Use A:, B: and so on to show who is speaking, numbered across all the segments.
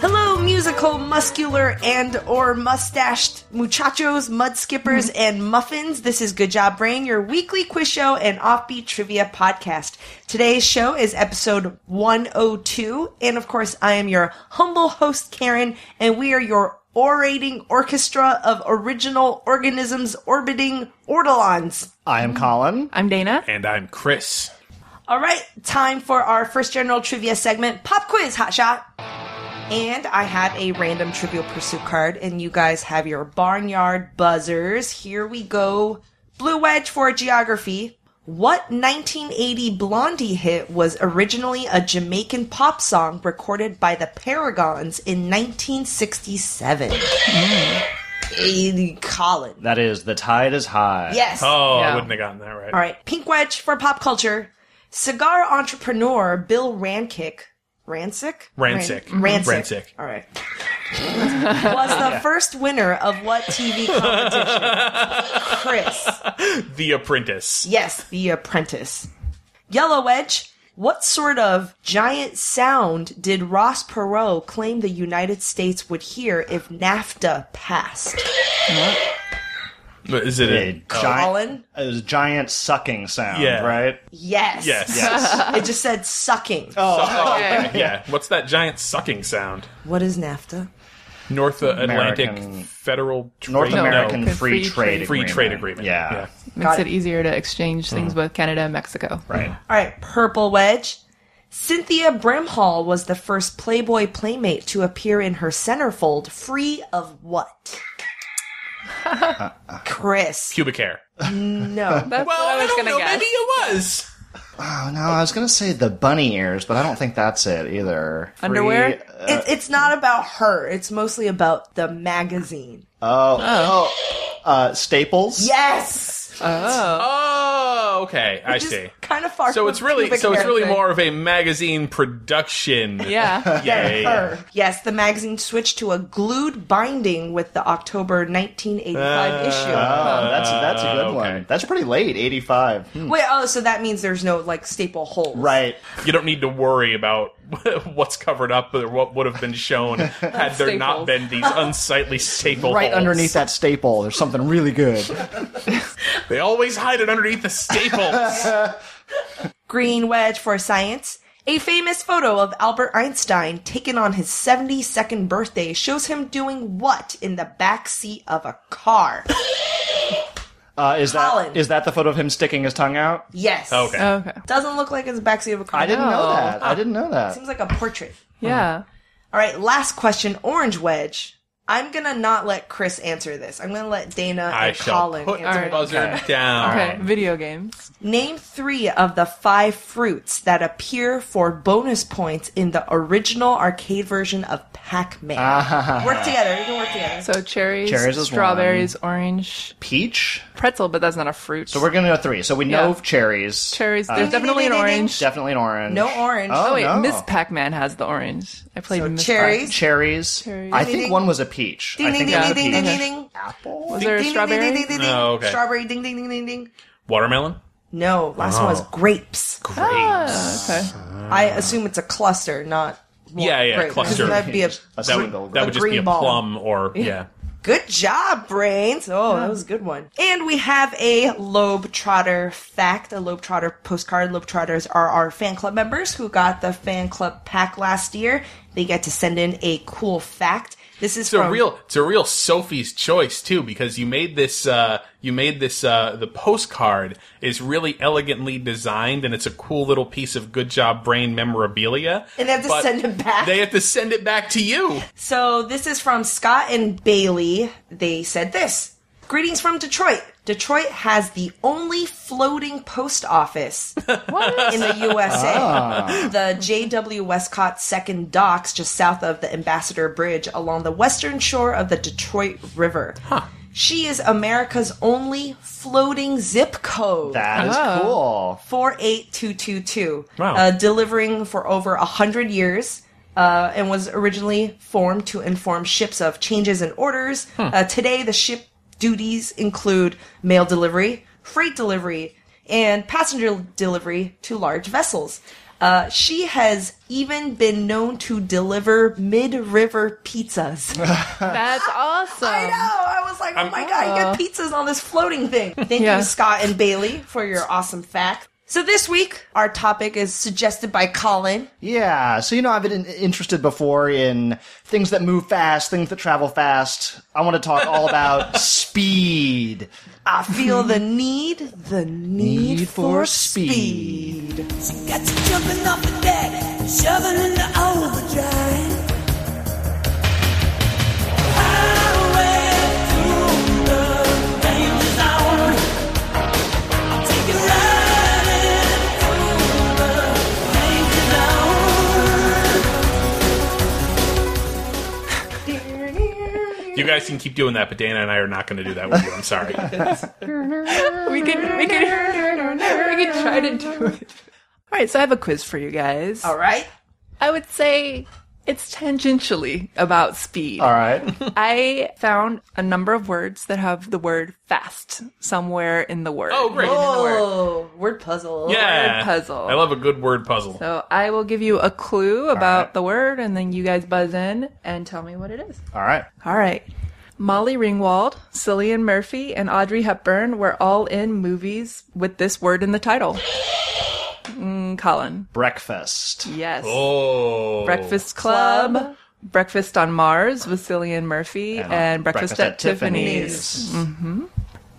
A: Hello, musical, muscular, and or mustached muchachos, mud skippers, and muffins. This is Good Job Brain, your weekly quiz show and offbeat trivia podcast. Today's show is episode 102, and of course, I am your humble host, Karen, and we are your orating orchestra of original organisms orbiting ortolans.
B: I am Colin.
C: I'm Dana.
D: And I'm Chris.
A: All right, time for our first general trivia segment pop quiz hotshot. And I have a random trivial pursuit card, and you guys have your barnyard buzzers. Here we go. Blue Wedge for geography. What 1980 Blondie hit was originally a Jamaican pop song recorded by the Paragons in 1967? Eh, Colin.
B: That is, the tide is high.
A: Yes.
D: Oh,
C: Yeah.
D: I wouldn't have gotten that right.
A: All right, pink wedge for pop culture. Cigar entrepreneur Bill Rankick, Rancic,
D: Rancic.
A: Ran- Rancic.
D: Rancic.
A: All right, was the first winner of what TV competition? Chris.
D: The Apprentice.
A: Yes, The Apprentice. Yellow Wedge. What sort of giant sound did Ross Perot claim the United States would hear if NAFTA passed?
D: Is it
B: A
D: a.
B: giant,
D: oh,
A: Colin?
B: It was a giant sucking sound,
D: Yeah.
B: right?
A: Yes.
D: Yes.
A: It just said sucking.
D: Oh.
C: Okay.
D: yeah. What's that giant sucking sound?
A: What is NAFTA?
D: North Atlantic
B: American-
D: Federal Trade
B: North
D: no,
B: American
C: No.
B: Free,
C: Free
B: Trade
C: Trade-
D: Free
B: Agreement.
D: Trade Agreement.
B: Yeah.
C: Makes
A: Got
C: it easier to exchange things with Canada and Mexico.
B: Right.
A: All right, Purple Wedge. Cynthia Brimhall was the first Playboy playmate to appear in her centerfold free of what? Chris.
D: Pubic hair.
A: No.
C: That's
D: Well,
C: what
D: I,
C: I was
D: don't
C: gonna
D: know.
C: guess.
D: Maybe it was.
B: Oh, no, I was going to say the bunny ears, but I don't think that's it either. Free-
C: Underwear?
A: It, it's not about her. It's mostly about the magazine.
B: oh, oh, uh, Staples?
A: Yes.
C: Oh.
D: Oh, okay. I
A: Just
D: see.
A: Kind of far.
D: So
A: from
D: it's really,
A: pubic
D: so it's
A: hair.
D: really
C: hair thing.
D: more of a magazine production.
C: Yeah.
D: Yeah,
A: than
D: yeah,
A: her. Yes, the magazine switched to a glued binding with the October 1985 issue.
B: Oh, that's that's a good
D: Uh, okay.
B: one. That's pretty late, 85. Hmm.
A: Wait, oh, so that means there's no like staple holes.
B: Right.
D: yeah. You don't need to worry about what's covered up or what would have been shown had there not
C: Staples.
D: been these unsightly staple
B: Right
D: holes.
B: underneath that staple, there's something really good.
D: They always hide it underneath the staples.
A: Green wedge for science. A famous photo of Albert Einstein taken on his 72nd birthday shows him doing what in the back seat of a car?
B: Uh, is
A: Colin.
B: that is that the photo of him sticking his tongue out?
A: Yes.
D: okay.
C: Okay.
A: Doesn't look like it's the backseat of a car.
B: I didn't know
C: No.
B: that. I didn't know that.
A: Seems like a portrait.
C: Yeah.
A: All right, last question, orange wedge. I'm gonna not let Chris answer this. I'm gonna let Dana
D: I
A: and
D: shall
A: Colin
D: put the
A: answer.
C: Alright.
D: buzzer down.
C: Okay. Video games.
A: Name three of the five fruits that appear for bonus points in the original arcade version of Pac-Man.
D: Ah.
A: Work together. You can work together.
C: So cherries,
B: Cherries is
C: strawberries, orange,
B: Peach?
C: pretzel, but that's not a fruit. So
B: We're gonna know three. So we know
C: Yeah.
B: cherries. Uh,
C: cherries. There's definitely an
A: ding, ding, ding,
C: orange.
B: Definitely an orange.
A: No orange.
B: Oh,
C: Oh wait,
B: no.
C: Miss Pac-Man has the orange. I played
A: So
C: Miss
A: cherries.
B: Cherries.
C: Cherries.
B: I
C: Ding,
B: think
A: ding.
B: one was a peach. I
A: Oh, Ding ding
B: think
A: ding
B: it
A: ding
B: was
A: ding
B: a
A: ding
B: peach.
A: ding ding.
B: Apple.
C: Pac- Was there
A: Ding,
C: a
A: ding, ding,
C: strawberry?
A: ding, ding, ding.
D: Oh, okay.
A: Strawberry ding ding ding ding ding.
D: Watermelon?
A: No, last one
B: Oh.
A: was grapes.
D: Grapes.
C: Ah, okay.
A: I assume it's a cluster, not one
D: Yeah, yeah,
A: grape, 'cause
D: cluster.
A: That'd be a
B: A
D: that
B: single
D: would, that would just be
A: green
D: a
A: ball.
D: plum or, yeah.
A: Good job, brains. Oh, that was a good one. And we have a Lobe Trotter fact, a Lobe Trotter postcard. Lobe Trotters are our fan club members who got the fan club pack last year. They get to send in a cool fact. This is
D: It's a
A: from-
D: real, it's a real Sophie's choice too, because you made this, uh, you made this, uh, the postcard is really elegantly designed and it's a cool little piece of good job brain memorabilia.
A: And they have to
D: But
A: send it back.
D: They have to send it back to you.
A: So this is from Scott and Bailey. They said this. Greetings from Detroit. Detroit has the only floating post office in the USA. The J.W. Westcott Second Docks, just south of the Ambassador Bridge, along the western shore of the Detroit River. She is America's only floating zip code.
B: That is
C: Oh.
B: cool.
A: 48222.
D: Wow.
A: Uh, delivering for over 100 years. uh, and was originally formed to inform ships of changes in orders. Uh, today, the ship duties include mail delivery, freight delivery, and passenger delivery to large vessels. Uh, she has even been known to deliver mid-river pizzas.
C: That's awesome.
A: I know. I was like, oh my god, you get pizzas on this floating thing. Thank
C: Yeah.
A: you, Scott and Bailey, for your awesome fact. So this week, our topic is suggested by Colin.
B: Yeah, so you know, I've been in- interested before in things that move fast, things that travel fast. I want to talk all about speed.
A: I feel the need, the need,
B: Need
A: for
B: for
A: speed.
B: speed.
E: Got you jumping off the deck, shoving into overdrive. Highway through the danger zone. I'll take you riding through the danger zone.
D: You guys can keep doing that, but Dana and I are not going to do that with you. I'm sorry.
C: We could we could we could try to do it. All right, so I have a quiz for you guys.
A: All right.
C: I would say it's tangentially about speed.
B: All right.
C: I found a number of words that have the word fast somewhere in the word.
D: Oh, great.
A: Oh, word puzzle.
D: yeah.
C: word puzzle.
D: I love a good word puzzle.
C: So I will give you a clue about
B: right.
C: the word and then you guys buzz in and tell me what it is.
B: All right.
C: All right. Molly Ringwald, Cillian Murphy, and Audrey Hepburn were all in movies with this word in the title. Mm, Colin.
B: Breakfast.
C: Yes.
D: oh.
C: Breakfast Club. Breakfast on Mars with Cillian Murphy and, Breakfast, at, Tiffany's. Mm.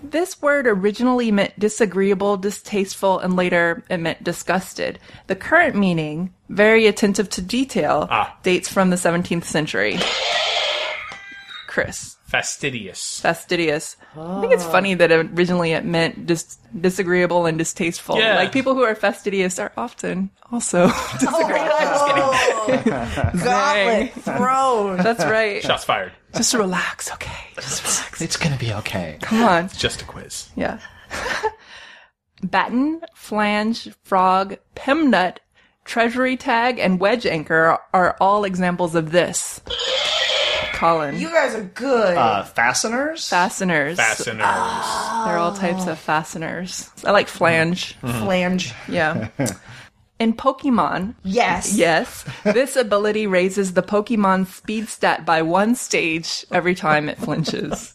C: This word originally meant disagreeable, distasteful, and later it meant disgusted. The current meaning, very attentive to detail, dates from the 17th century. Chris,
D: Fastidious.
C: fastidious. I think it's funny that originally it meant dis- disagreeable and distasteful.
D: Yeah.
C: Like people who are fastidious are often also disagreeable.
A: Oh, goblet throne.
C: That's right.
D: Shots fired.
C: Just relax, okay? Just relax.
B: It's going to be okay.
C: Come on.
D: Just a quiz.
C: Yeah. Batten, flange, frog, pimnut, treasury tag, and wedge anchor are all examples of this. Colin.
A: You guys are good.
B: Uh, fasteners?
C: fasteners.
D: Fasteners.
C: They're all types of fasteners. I like flange.
D: Mm-hmm.
A: Flange.
C: Yeah. In Pokemon,
A: Yes.
C: yes, this ability raises the Pokemon speed stat by one stage every time it flinches.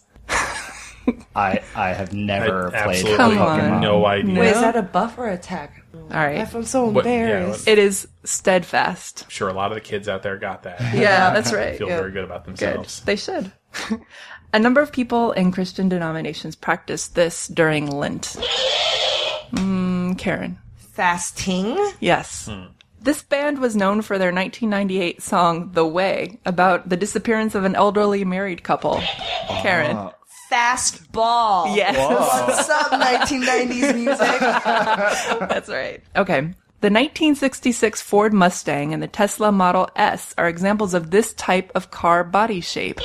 B: I, I have
D: I
B: never played
D: absolutely
C: Come
B: Pokemon.
C: on.
D: no idea.
A: Wait,
C: Yeah.
A: is that a buff or attack?
C: All right.
A: I'm so
D: What- yeah,
A: embarrassed.
C: It is steadfast.
D: I'm sure a lot of the kids out there got that. I
C: Yeah, that's right.
D: feel
C: Yeah.
D: very good about
C: Good.
D: themselves.
C: They should. A number of people in Christian denominations practice this during Lent. Mm, Karen.
A: Fasting.
C: Yes. This band was known for their 1998 song The Way about the disappearance of an elderly married couple. Karen.
A: Fast ball.
C: Yes.
A: What's up, 1990s music?
C: That's right. Okay. The 1966 Ford Mustang and the Tesla Model S are examples of this type of car body shape.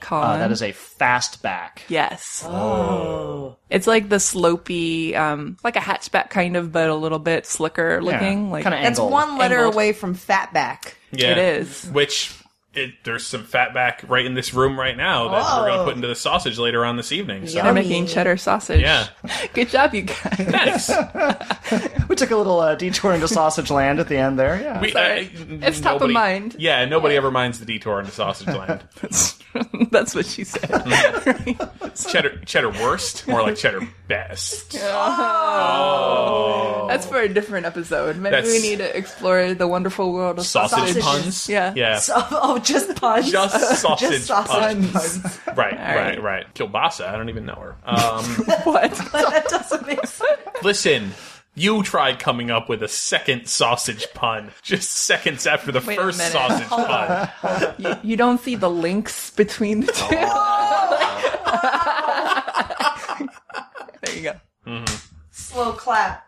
C: Colin.
B: Uh, that is a fastback.
C: Yes. Oh. It's like the slopey, um, like a hatchback kind of, but a little bit slicker looking. Like
B: kind of
A: That's
B: angled.
A: one letter
C: Angled.
A: away from fatback.
D: Yeah.
C: It is.
D: Which it, there's some fat back right in this room right now that we're going to put into the sausage later on this evening. So.
C: they're making cheddar sausage.
D: Yeah.
C: Good job, you guys.
D: Nice.
B: We took a little uh, detour into sausage land at the end there. Yeah.
D: We,
C: Sorry.
D: uh,
C: It's top of
D: nobody-
C: mind.
D: Yeah, nobody ever minds the detour into sausage land.
C: That's what she said.
D: cheddar, cheddar worst, more like cheddar best.
C: Oh. That's for a different episode. Maybe
D: That's-
C: we need to explore the wonderful world of
D: Sausage
C: sausage.
D: puns.
C: Yeah.
D: yeah.
A: So, oh, just puns.
D: Just sausage,
A: Just sausage
D: puns.
A: puns.
D: Right,
C: right.
D: right, right. Kilbasa. I don't even know her. Um,
C: What?
A: that doesn't make sense.
D: listen, you tried coming up with a second sausage pun just seconds after the
C: Wait a
D: first
C: minute.
D: sausage pun.
C: you, you don't see the links between the two. there you go.
A: Slow clap.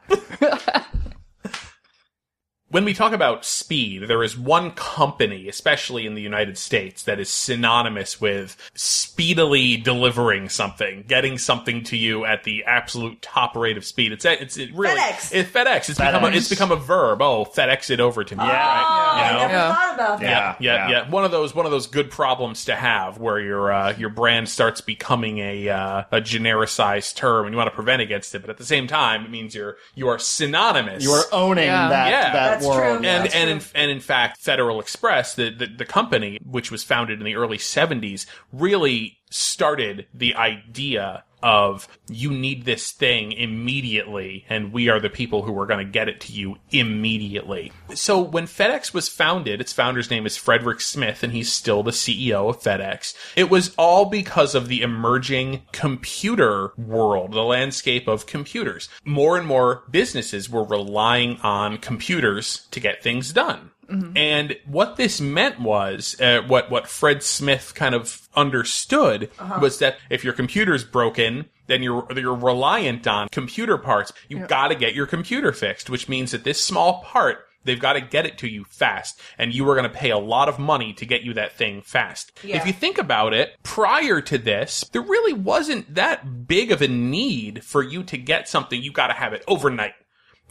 D: when we talk about speed, there is one company, especially in the United States, that is synonymous with speedily delivering something, getting something to you at the absolute top rate of speed. It's it's it really
A: FedEx.
D: It's FedEx. It's become a,
B: FedEx.
D: it's become a verb. Oh, FedEx it over to
C: Ah.
D: me.
B: Yeah.
D: Right? You Oh,
A: Oh, I
D: know?
A: never
C: Yeah.
A: thought about that.
D: yeah, yeah, yeah. One of those, one of those good problems to have, where your uh, your brand starts becoming a uh, a genericized term, and you want to prevent against it, but at the same time, it means you're you are synonymous.
B: You are owning
C: Yeah.
B: that
D: Yeah.
B: that
A: That's
B: world.
A: true.
D: and
A: That's
D: and in, and in fact, Federal Express, the, the the company which was founded in the early '70s, really started the idea of you need this thing immediately, and we are the people who are going to get it to you immediately. So when FedEx was founded, its founder's name is Frederick Smith, and he's still the CEO of FedEx. It was all because of the emerging computer world, the landscape of computers. More and more businesses were relying on computers to get things done. And what this meant was, uh, what what Fred Smith kind of understood was that if your computer's broken, then you're you're reliant on computer parts. You've got to get your computer fixed, which means that this small part they've got to get it to you fast, and you are going to pay a lot of money to get you that thing fast.
A: Yeah.
D: If you think about it, prior to this, there really wasn't that big of a need for you to get something. You got to have it overnight.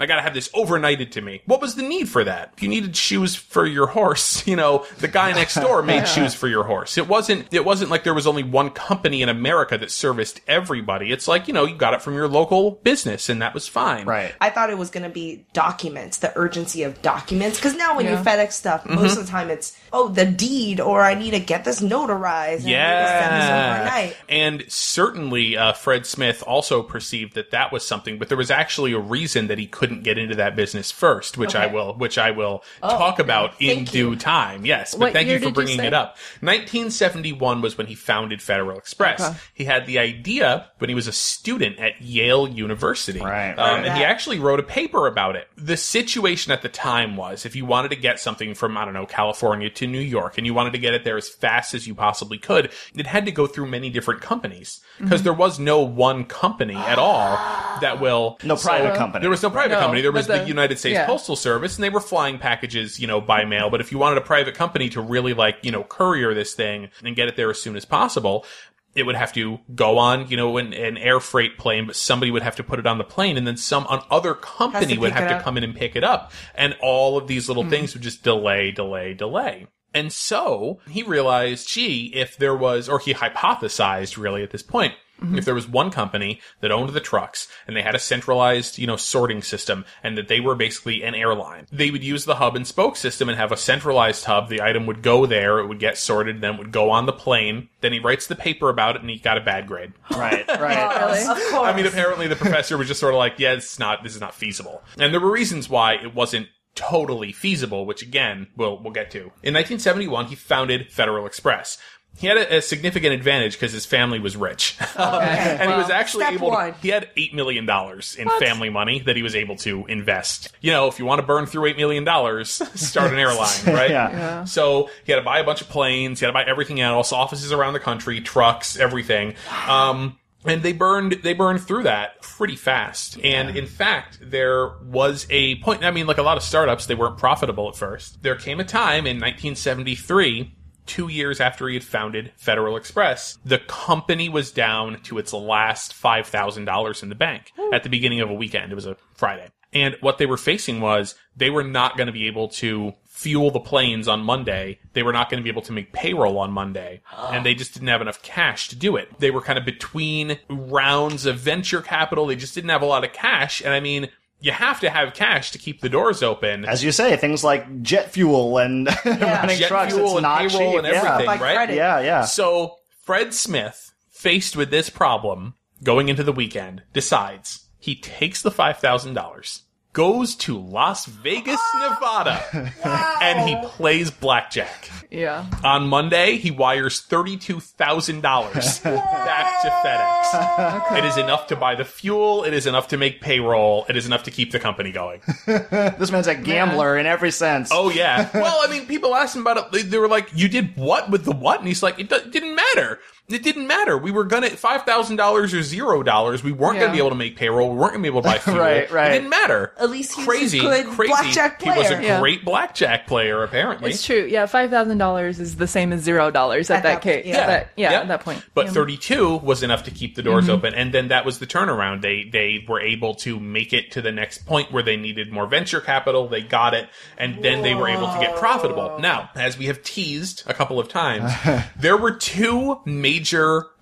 D: I gotta have this overnighted to me. What was the need for that? If you needed shoes for your horse, you know, the guy next door made shoes for your horse. It wasn't it wasn't like there was only one company in America that serviced everybody. It's like, you know, you got it from your local business and that was fine.
B: Right.
A: I thought it was going to be documents, the urgency of documents. Because now when
C: Yeah.
A: you FedEx stuff,
D: Mm-hmm.
A: most of the time it's, oh, the deed, or I need to get this notarized. And
D: Yeah.
A: I need to send this overnight.
D: And certainly, uh, Fred Smith also perceived that that was something, but there was actually a reason that he couldn't get into that business first, which I
A: Okay.
D: will, which I will
C: Oh,
D: talk about in
A: Thank
D: due time. Yes, but
C: What
D: thank
C: year
D: you for
C: did you
D: bringing
C: say?
D: it up. 1971 was when he founded Federal Express.
C: Okay.
D: He had the idea when he was a student at Yale University,
B: Right,
D: Um,
B: right.
D: and he actually wrote a paper about it. The situation at the time was if you wanted to get something from, I don't know, California to New York and you wanted to get it there as fast as you possibly could, it had to go through many different companies
B: Mm-hmm.
D: because there was no one company at all that will.
B: No private company.
D: There was no private
C: No,
D: company. There
C: but
D: was the,
C: the-
D: United States
C: yeah.
D: Postal Service and they were flying packages, you know, by mail. But if you wanted a private company to really like, you know, courier this thing and get it there as soon as possible, it would have to go on, you know, an, an air freight plane, but somebody would have to put it on the plane and then some on other company would
A: pick it
D: have to
A: up.
D: come in and pick it up. And all of these little things would just delay, delay, delay. And so he realized, gee, if there was, or he hypothesized really at this point, Mm-hmm. if there was one company that owned the trucks and they had a centralized, you know, sorting system and that they were basically an airline, they would use the hub and spoke system and have a centralized hub. The item would go there, it would get sorted, then it would go on the plane. Then he writes the paper about it and he got a bad grade.
B: Right. Right.
C: Really?
A: Of course.
D: I mean, apparently the professor was just sort of like, yeah, it's not, this is not feasible. And there were reasons why it wasn't totally feasible, which again, we'll, we'll get to. In 1971, he founded Federal Express. He had a, a significant advantage because his family was rich. and he was actually
A: step
D: able to,
A: one.
D: he had $8 million in family money that he was able to invest. You know, if you want to burn through $8 million, start an airline, right?
B: Yeah.
D: So he had to buy a bunch of planes. He had to buy everything else, offices around the country, trucks, everything. Um, and they burned they burned through that pretty fast. And in fact, there was a point. I mean, like a lot of startups, they weren't profitable at first. There came a time in 1973. Two years after he had founded Federal Express, the company was down to its last $5,000 in the bank at the beginning of a weekend. It was a Friday. And what they were facing was they were not going to be able to fuel the planes on Monday. They were not going to be able to make payroll on Monday. And they just didn't have enough cash to do it. They were kind of between rounds of venture capital. They just didn't have a lot of cash. And I mean, you have to have cash to keep the doors open.
B: As you say, things like jet fuel and running
D: Jet
B: trucks,
D: fuel
B: it's
D: and
B: not
D: payroll
B: cheap.
D: and
B: Yeah.
D: everything,
A: Like
D: right?
A: credit.
B: Yeah, yeah.
D: So Fred Smith, faced with this problem going into the weekend, decides he takes the five thousand dollars, goes to Las Vegas, Nevada, and he plays blackjack.
C: Yeah.
D: On Monday, he wires thirty-two thousand dollars back to FedEx. It is enough to buy the fuel. It is enough to make payroll. It is enough to keep the company going.
B: This man's a gambler in every sense.
D: Oh yeah. Well, I mean, people asked him about it. They, they were like, "You did what with the what?" And he's like, "It do- didn't matter. It didn't matter. We were gonna five thousand dollars or zero dollars. We weren't
C: Yeah.
D: gonna be able to make payroll. We weren't gonna be able to buy fuel.
B: Right, right.
D: It didn't matter.
A: Elise Hughes
D: crazy,
A: is a good
D: crazy.
A: blackjack player.
D: He was a
C: Yeah.
D: great blackjack player, apparently.
C: It's true. Yeah, five thousand dollars is the same as zero dollars at,
A: At
C: that
A: that
C: case.
A: point,
C: Yeah.
A: yeah.
C: That, yeah, at that point.
D: But
C: Yeah.
D: 32 was enough to keep the doors open, and then that was the turnaround. They they were able to make it to the next point where they needed more venture capital. They got it, and then they were able to get profitable. Now, as we have teased a couple of times, there were two major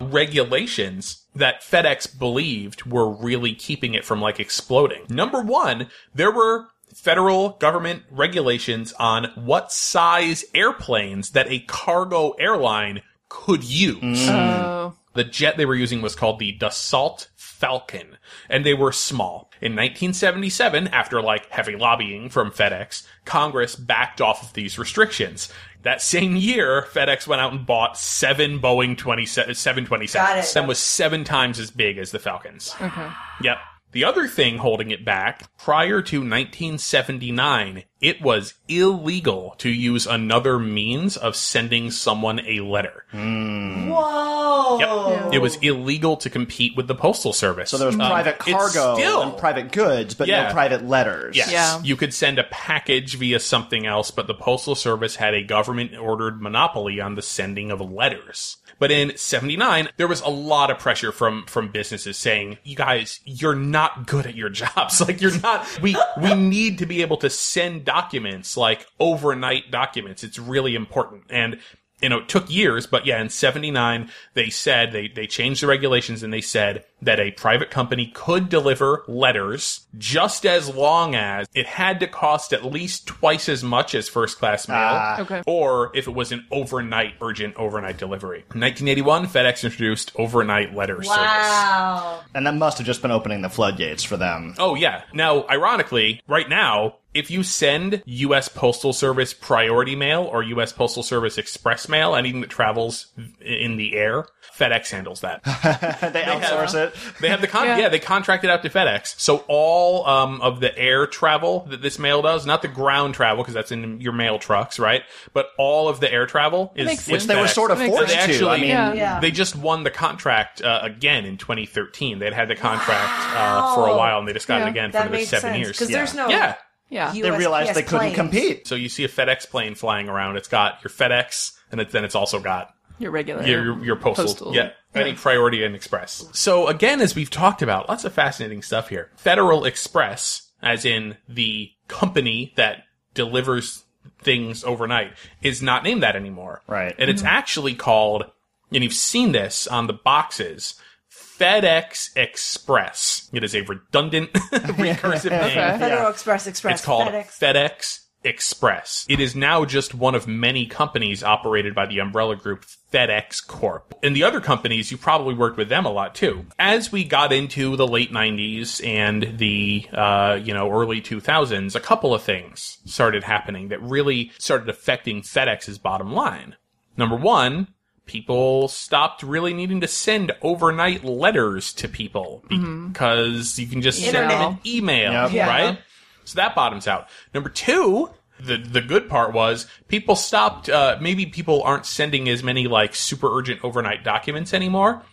D: regulations that FedEx believed were really keeping it from like exploding. Number one, there were federal government regulations on what size airplanes that a cargo airline could use.
C: Oh.
D: The jet they were using was called the Dassault Falcon, and they were small. In 1977, after like heavy lobbying from FedEx, Congress backed off of these restrictions. That same year, FedEx went out and bought seven Boeing 20, 727s.
A: Got it.
D: Them was seven times as big as the Falcons. Yep. The other thing holding it back, prior to 1979, it was illegal to use another means of sending someone a letter.
B: Hmm.
A: Whoa.
D: Yep. It was illegal to compete with the postal service.
B: So there was private
D: um, it's
B: cargo
D: still-
B: and private goods, but
D: Yeah.
B: no private letters.
D: Yes.
C: Yeah.
D: You could send a package via something else, but the Postal Service had a government ordered monopoly on the sending of letters. But in 79, there was a lot of pressure from, from businesses saying, you guys, you're not good at your jobs. Like, you're not, we, we need to be able to send documents, like overnight documents. It's really important. And you know, it took years, but yeah, in 79, they said, they, they changed the regulations and they said that a private company could deliver letters just as long as it had to cost at least twice as much as first class mail.
C: Okay.
D: Or if it was an overnight, urgent overnight delivery. In 1981, FedEx introduced overnight letter service.
A: Wow.
B: And that must have just been opening the floodgates for them.
D: Oh, yeah. Now, ironically, right now, if you send U.S. Postal Service priority mail or U.S. Postal Service express mail, anything that travels in the air, FedEx handles that.
B: they outsource it.
D: They have the con-
C: Yeah.
D: yeah. they contracted out to FedEx. So all um, of the air travel that this mail does, not the ground travel because that's in your mail trucks, right? But all of the air travel is
C: makes
D: with
C: sense.
B: They were
D: FedEx.
B: sort of
C: Makes
B: forced
D: sense.
B: to. I
D: Actually,
B: mean,
C: yeah.
A: Yeah.
D: They just won the contract uh, again in 2013. They'd had the contract uh, for a while, and they just got
C: Yeah.
D: it again for
A: That
D: another
A: makes
D: seven
A: sense.
D: years.
A: Because there's no.
D: yeah.
C: Yeah.
A: You-
B: they realized
A: USPS
B: they couldn't
A: planes.
B: compete.
D: So you see a FedEx plane flying around. It's got your FedEx, and it, then it's also got
C: Your regular.
D: your your postal,
C: Postal.
D: yeah any priority and express so again as we've talked about lots of fascinating stuff here federal express as in the company that delivers things overnight is not named that anymore
B: Right.
D: and it's actually called and you've seen this on the boxes FedEx Express. It is a redundant, recursive name.
A: Federal Express Express.
D: It's called
A: FedEx.
D: FedEx Express. It is now just one of many companies operated by the umbrella group FedEx Corp. And the other companies, you probably worked with them a lot too. As we got into the late 90s and the, uh, you know, early 2000s, a couple of things started happening that really started affecting FedEx's bottom line. Number one, people stopped really needting to send overnight letters to people
A: Mm-hmm.
D: because you can just send them an email,
B: Yep.
A: Yeah.
D: right? So that bottoms out. Number two, the the good part was people stopped. Uh, maybe people aren't sending as many like super urgent overnight documents anymore,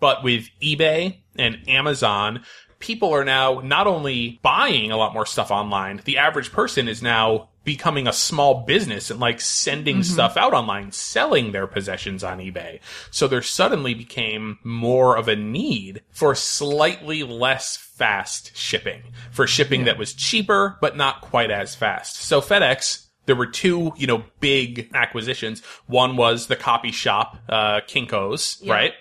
D: but with eBay and Amazon. People are now not only buying a lot more stuff online, the average person is now becoming a small business and like sending stuff out online, selling their possessions on eBay. So there suddenly became more of a need for slightly less fast shipping, for shipping that was cheaper but not quite as fast. So FedEx, there were two, you know, big acquisitions. One was the copy shop, uh, Kinko's, right?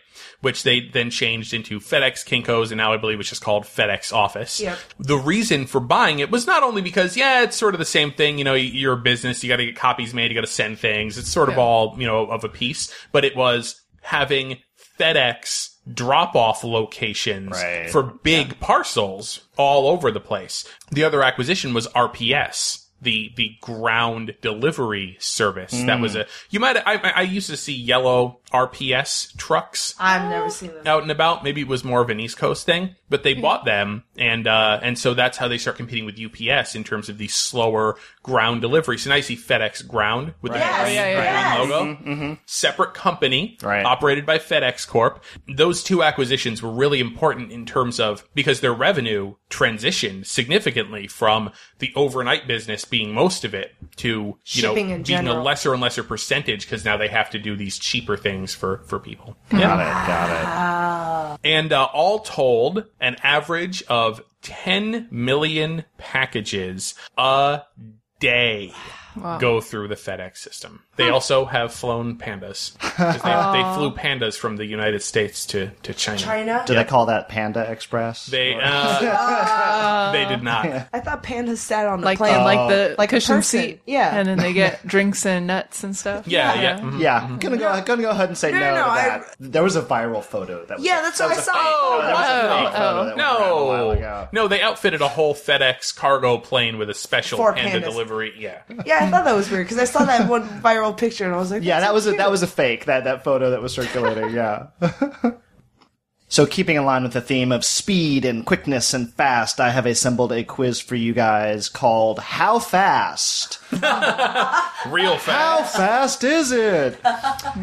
D: Which they then changed into FedEx Kinko's, and now I believe it's just called FedEx Office
A: Yep.
D: the reason for buying it was not only because yeah it's sort of the same thing you know you're a business you got to get copies made you got to send things it's sort of all you know of a piece but it was having fedex drop off locations
B: Right.
D: for big parcels all over the place the other acquisition was rps the, the ground delivery service that was a you might I, I I used to see yellow RPS trucks
A: I've never seen them.
D: out and about. Maybe it was more of an East Coast thing, but
A: Mm-hmm.
D: they bought them, and uh, and so that's how they start competing with UPS in terms of these slower ground deliveries. So now you see FedEx Ground with the
A: Yes,
D: green-
C: yeah, yeah. Mm-hmm,
D: green logo, separate company
B: Right.
D: operated by FedEx Corp. Those two acquisitions were really important in terms of because their revenue transitioned significantly from the overnight business being most of it to you know
A: Shipping in
D: being a
A: general.
D: lesser and lesser percentage because now they have to do these cheaper things for for people.
A: Mm-hmm.
B: Got it. Got it.
D: And uh, all told, an average of 10 million packages a day go through the FedEx system. They also have flown pandas. 'Cause They, they flew pandas from the United States to, to China.
A: China.
B: Do they call that Panda Express?
D: They, uh, they did not.
A: I thought pandas sat on the
C: Like
A: plane.
C: like the
A: Like a
C: cushion
A: person,
C: seat,
A: yeah.
C: and then they get drinks and nuts and stuff.
D: Yeah, yeah. mhm.
B: yeah, gonna go. Gonna go ahead and say no,
A: no,
B: to
A: I-
B: that. there was a viral photo that. Was
A: yeah, that's
B: that
A: what I
B: was a
A: saw.
D: Oh,
B: That was a
C: Oh,
B: fake photo
C: oh.
B: that went around a while
D: No,
B: ago.
D: no, they outfitted a whole FedEx cargo plane with a special
A: For
D: panda
A: pandas.
D: delivery. Yeah,
A: yeah, I thought that was weird because I saw that one viral picture and I was like,
B: Yeah,
A: "That's
B: that was a,
A: cute."
B: that was a fake. That that photo that was circulating. Yeah. so keeping in line with the theme of speed and quickness and fast, I have assembled a quiz for you guys called "How Fast."
D: real fast.
B: How fast is it?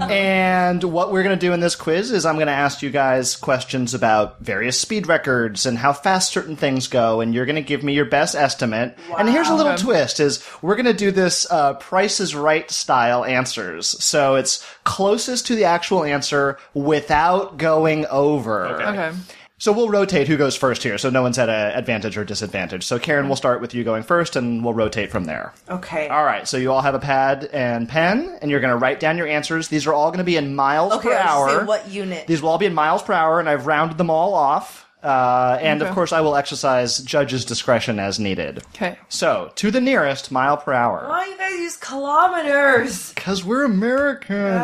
B: and what we're going to do in this quiz is I'm going to ask you guys questions about various speed records and how fast certain things go, and you're going to give me your best estimate. And here's a little twist: is we're going to do this uh, Price is Right style answers, so it's closest to the actual answer without going over.
C: Okay.
B: So we'll rotate who goes first here, so no one's at an advantage or disadvantage. So Karen, we'll start with you going first, and we'll rotate from there.
A: okay.
B: All right, so you all have a pad and pen, and you're going to write down your answers. These are all going to be in miles
A: Okay,
B: per
A: I was gonna
B: hour.
A: say, what unit?
B: These will all be in miles per hour, and I've rounded them all off. Uh, and of course, I will exercise judges' discretion as needed.
C: Okay.
B: So, to the nearest mile per hour.
A: Why you guys use kilometers?
B: Because we're American.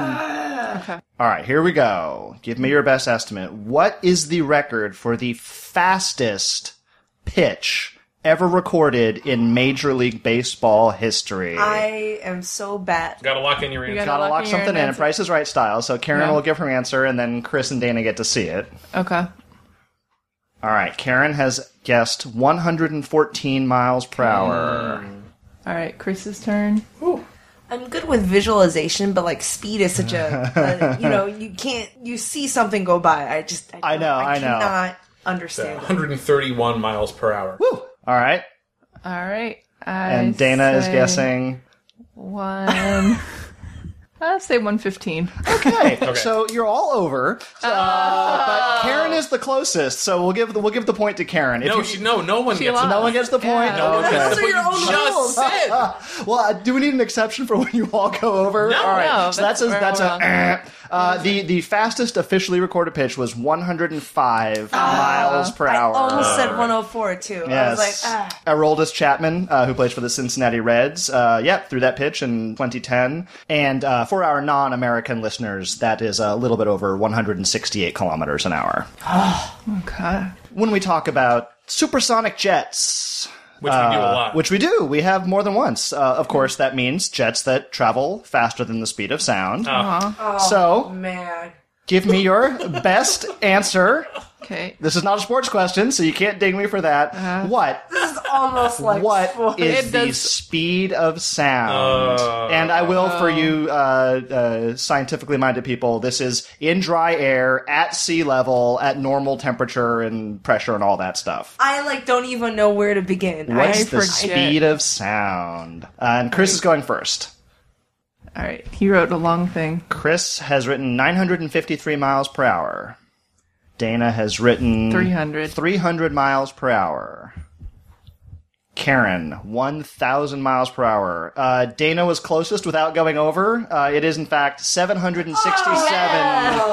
B: All right, here we go. Give me your best estimate. What is the record for the fastest pitch ever recorded in Major League Baseball history?
A: I am so bad.
D: Got to lock in your answer.
C: gotta-
B: Gotta
C: Lock
B: lock
C: in your
B: something in.
C: answer.
B: Price is Right style. So Karen
C: Yeah.
B: will give her answer, and then Chris and Dana get to see it.
C: Okay.
B: All right. Karen has guessed 114 miles per hour.
C: Hmm. All right. Chris's turn.
A: I'm good with visualization, but like speed is such a, a you know you can't you see something go by. I just I,
B: I know, I know.
A: cannot understand. it.
D: 131 miles per hour.
B: Woo! All right.
C: All right. I
B: And Dana is
C: say
B: guessing.
C: one. I'll say one fifteen.
B: Okay. So you're all over. So, uh, but Karen is the closest, so we'll give the, we'll give the point to Karen. If
D: No,
B: you,
D: she, no, no one gets
C: lost.
B: no one gets the point.
C: Yeah. No one
B: okay.
A: Those are your own rules.
D: said.
B: Well, uh, do we need an exception for when you all go over? all right.
C: No,
B: so that's a,
C: that's
B: that's a.
C: where
B: eh. Uh, the the fastest officially recorded pitch was 105 miles per
A: Ah, I
B: hour.
A: almost said 104 too. I was like,
B: Yes.
A: ah.
B: Aroldis Chapman, uh, who plays for the Cincinnati Reds, uh, yep, threw that pitch in 2010. And uh, for our non American listeners, that is a little bit over 168 kilometers an hour.
C: Okay.
B: When we talk about supersonic jets,
D: Which we do a lot.
B: Uh, which we do. We have more than once. Uh, of course, that means jets that travel faster than the speed of sound. So,
A: man.
B: give me your best answer.
C: Okay.
B: This is not a sports question, so you can't ding me for that. what
A: This is almost like
B: what
A: sports.
B: is
C: It
B: the
C: does-
B: speed of sound?
D: Oh.
B: and I will, for you uh, uh, scientifically minded people, this is in dry air, at sea level, at normal temperature and pressure and all that stuff.
A: I like don't even know where to begin.
B: What's
A: I
B: the
C: forget.
B: speed of sound? Uh, and Chris is going first.
C: All right. He wrote a long thing.
B: Chris has written 953 miles per hour. Dana has written
C: 300.
B: 300 miles per hour. Karen, 1,000 miles per hour. Uh, Dana was closest without going over. Uh, it is, in fact, 767,
A: Oh,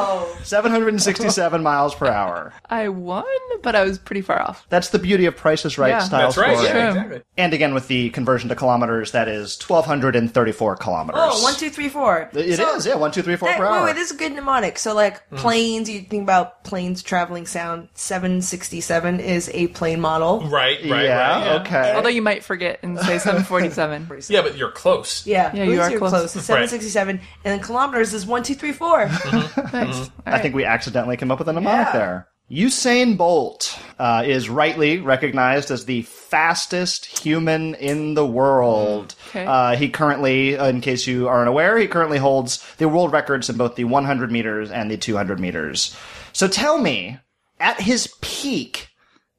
B: 767 miles per hour.
C: I won, but I was pretty far off.
B: That's the beauty of Price is Right
C: Yeah.
B: style
D: That's right.
B: scoring.
D: Yeah,
C: Sure.
D: exactly.
B: And again, with the conversion to kilometers, that is 1,234 kilometers.
A: Oh, one, two, three, four.
B: It is,
A: So-
B: yeah, 1,234
A: That-
B: per hour.
A: Wait, wait, this is a good mnemonic. So, like
B: Hmm.
A: planes, you think about planes traveling sound. Seven sixty seven is a plane model,
D: Right, right,
B: yeah,
D: right. yeah.
B: okay.
A: Okay.
C: Although you might forget and say 747.
D: Yeah, but you're close.
A: yeah,
C: Yeah, you
A: Blues,
C: are
A: you're
C: close.
A: Seven sixty-seven, and then kilometers is one, two, three, four.
C: Thanks. All
B: I
C: right.
B: think we accidentally came up with a mnemonic
A: Yeah.
B: there. Usain Bolt uh, is rightly recognized as the fastest human in the world.
A: Mm,
C: Okay.
B: Uh, he currently, uh, in case you aren't aware, he currently holds the world records in both the 100 meters and the 200 meters. So tell me, at his peak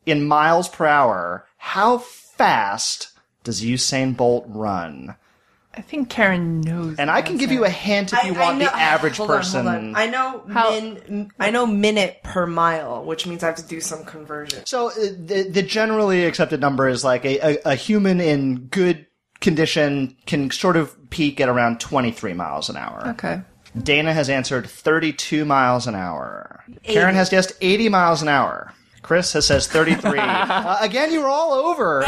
B: in miles per hour, how fast does Usain Bolt run?
C: I think Karen knows.
B: And I can give you a hint if you want the average
A: hold on,
B: person.
A: hold on. I know
C: How-
A: min, I know minute per mile, which means I have to do some conversion.
B: So uh, the the generally accepted number is like a, a, a human in good condition can sort of peak at around 23 miles an hour.
C: Okay.
B: Dana has answered 32 miles an hour. Karen has guessed 80 miles an hour. Chris has says 33. uh, again, you were all over.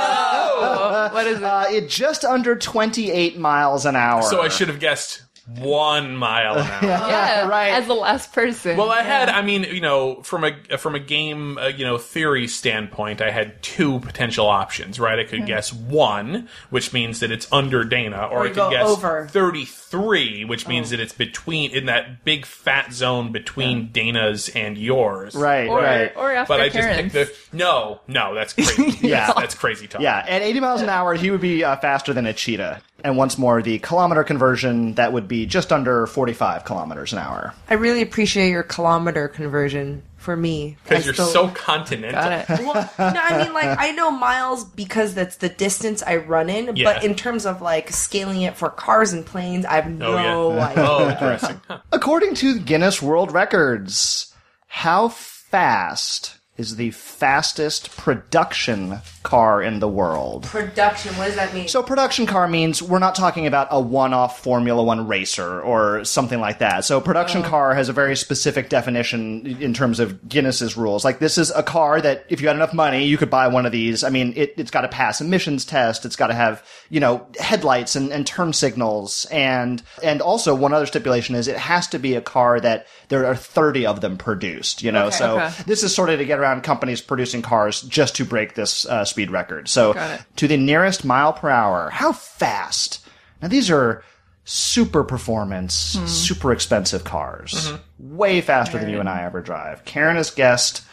C: What is it?
B: Uh, it just under 28 miles an hour.
D: So I should have guessed one mile an hour.
C: yeah,
B: right.
C: As the last person.
D: Well, I had. I mean, you know, from a from a game, uh, you know, theory standpoint, I had two potential options. Right, I could guess one, which means that it's under Dana, or, I
A: you
D: could
A: go
D: guess
A: over. Oh.
D: thirty three, which means that it's between in that big fat zone between Dana's and yours.
B: Right,
C: or,
B: right.
C: or after
D: But I just
C: Karen's.
D: picked the no, no. That's crazy.
B: Yeah.
D: that's, that's crazy talk.
B: Yeah, at 80 miles an hour, he would be uh, faster than a cheetah. And once more, the kilometer conversion, that would be just under 45 kilometers an hour.
A: I really appreciate your kilometer conversion for me I
D: because you're
A: still-
D: so continental.
C: Got it.
A: Well, no, I mean, like, I know miles because that's the distance I run in,
D: Yeah.
A: but in terms of, like, scaling it for cars and planes, I have
D: Oh yeah.
A: no idea.
D: oh, interesting. Huh.
B: According to Guinness World Records, how fast is the fastest production car in the world?
A: Production, what does that mean?
B: So, production car means we're not talking about a one off Formula One racer or something like that. So, production car has a very specific definition in terms of Guinness's rules. Like, this is a car that if you had enough money, you could buy one of these. I mean, it, it's got to pass emissions test, it's got to have, you know, headlights and, and turn signals. And, and also, one other stipulation is it has to be a car that there are 30 of them produced, you know. so,
C: okay.
B: this is sort of to get around companies producing cars just to break this uh, speed record. So
C: Got it.
B: to the nearest mile per hour, how fast? Now these are super performance,
C: Hmm.
B: super expensive cars,
C: Mm-hmm.
B: way faster than you and I ever drive. Karen has guessed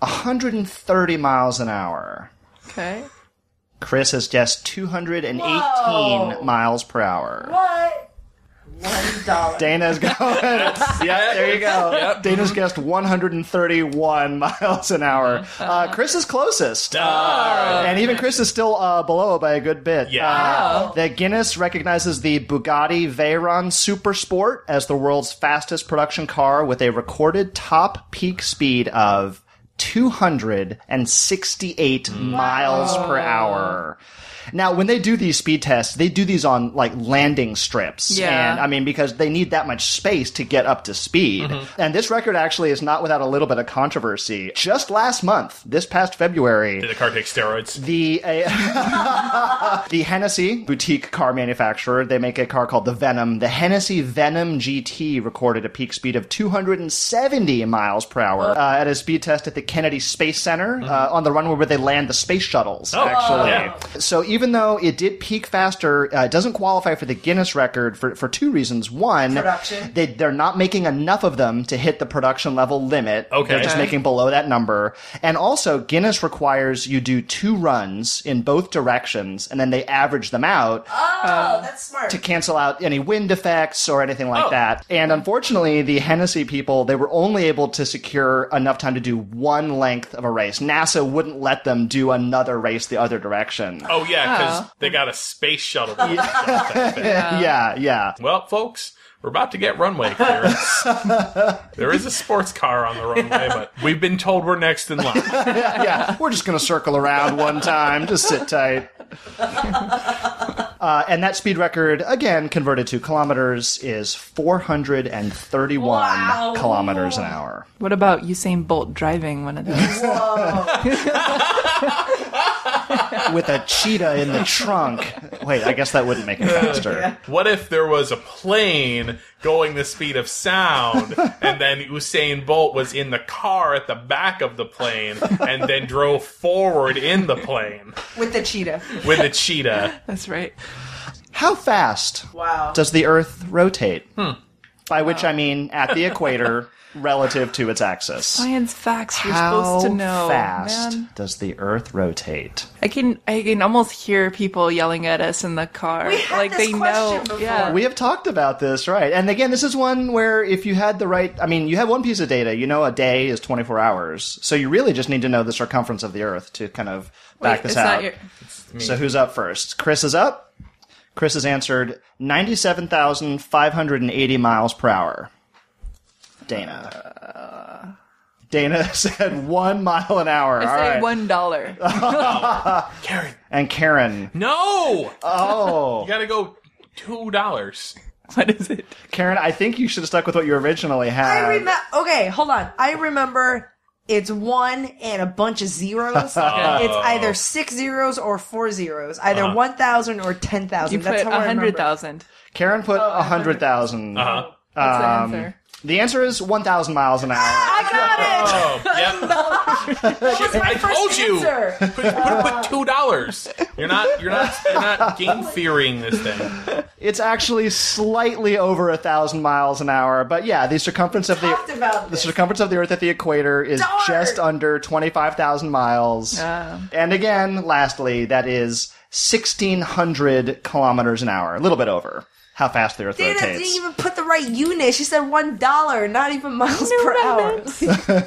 B: 130 miles an hour.
C: Okay.
B: Chris has guessed 218 miles per hour.
A: what? One dollar.
B: Dana's going. yeah, there you go. Dana's guessed 131 miles an hour. Uh, Chris is closest, uh, and even Chris is still uh, below by a good bit.
D: Yeah.
B: Uh, the Guinness recognizes the Bugatti Veyron Super Sport as the world's fastest production car with a recorded top peak speed of 268 miles per hour. Now, when they do these speed tests, they do these on like landing strips.
C: Yeah.
B: And I mean, because they need that much space to get up to speed. And this record actually is not without a little bit of controversy. Just last month, this past February,
D: Did the car take steroids?
B: the uh, the Hennessy boutique car manufacturer they make a car called the Venom. The Hennessy Venom GT recorded a peak speed of 270 miles per hour uh, at a speed test at the Kennedy Space Center uh, on the runway where they land the space shuttles. actually,
D: yeah.
B: so even though it did peak faster, uh, it doesn't qualify for the Guinness record for, for two reasons. One,
A: Production.
B: they they're not making enough of them to hit the production level limit.
D: Okay.
B: They're just
D: Okay.
B: making below that number. And also, Guinness requires you do two runs in both directions, and then they average them out
A: Oh, that's smart.
B: to cancel out any wind effects or anything like
D: Oh.
B: that. And unfortunately, the Hennessy people, they were only able to secure enough time to do one length of a race. NASA wouldn't let them do another race the other direction.
D: Oh yeah, because they got a space shuttle. to launch that thing.
B: Yeah, yeah.
D: Well, folks, we're about to get runway clearance. there is a sports car on the runway, but we've been told we're next in line.
B: yeah, we're just going to circle around one time. Just sit tight. Uh, and that speed record, again converted to kilometers, is 431
A: Wow.
B: kilometers an hour.
C: What about Usain Bolt driving one of those?
B: with a cheetah in the trunk. Wait, I guess that wouldn't make it faster.
D: What if there was a plane going the speed of sound, and then Usain Bolt was in the car at the back of the plane, and then drove forward in the plane
A: with the cheetah.
D: with a cheetah?
C: That's right.
B: How fast
A: Wow.
B: does the Earth rotate? By which I mean at the equator relative to its axis.
C: Science facts you're
B: How
C: supposed to know.
B: fast
C: man.
B: does the Earth rotate?
C: I can I can almost hear people yelling at us in the car.
A: We had
C: like
A: this
C: they know.
A: question before.
C: Yeah.
B: We have talked about this, right? And again, this is one where if you had the right, I mean, you have one piece of data, you know a day is 24 hours. So you really just need to know the circumference of the Earth to kind of back
C: Wait,
B: this
C: it's not
B: out.
C: your-
B: So who's up first? Chris is up. Chris has answered 97,580 miles per hour. Dana. Dana said one mile an hour.
C: Uh. I
B: All
C: say
B: right.
C: one dollar.
D: Karen,
B: and Karen.
D: no!
B: Oh.
D: You gotta go two dollars.
C: what is it?
B: Karen, I think you should have stuck with what you originally had.
A: I remember. Okay, hold on. I remember. It's one and a bunch of zeros.
D: Oh.
A: It's either six zeros or four zeros. Either
D: Uh-huh.
A: one thousand or ten
C: You
A: thousand.
C: put
A: That's
C: a
A: how I
C: hundred
A: remember.
C: thousand.
B: Karen
C: Oh,
B: put a 100,000.
D: Uh-huh.
C: That's the
A: Um,
C: answer.
B: The answer is 1,000 miles an hour.
A: I got it.
D: Oh, yep.
A: That was my
D: I
A: first
D: told you.
A: answer.
D: Put, put, put two dollars. You're not. You're not. You're not game theorying this thing.
B: It's actually slightly over a 1,000 miles an hour, but yeah, the circumference of the
A: Talked about
B: the
A: this.
B: circumference of the Earth at the equator is
A: Darn. Oh.
B: just under 25,000 miles. And again, lastly, that is 1,600 kilometers an hour, a little bit over how fast the Earth
A: Dana
B: rotates.
A: didn't even put the right unit. She said one dollar, not even miles per hour.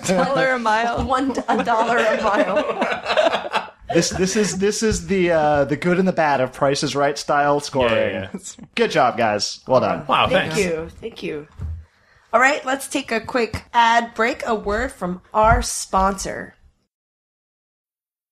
C: Dollar a mile.
A: One a dollar a mile.
B: This this is this is the uh, the good and the bad of Price is Right style scoring.
D: Yeah, yeah, yeah.
B: Good job, guys. Well done.
D: Wow.
A: Thank
D: thanks.
A: you. Thank you. All right, let's take a quick ad break. A word from our sponsor.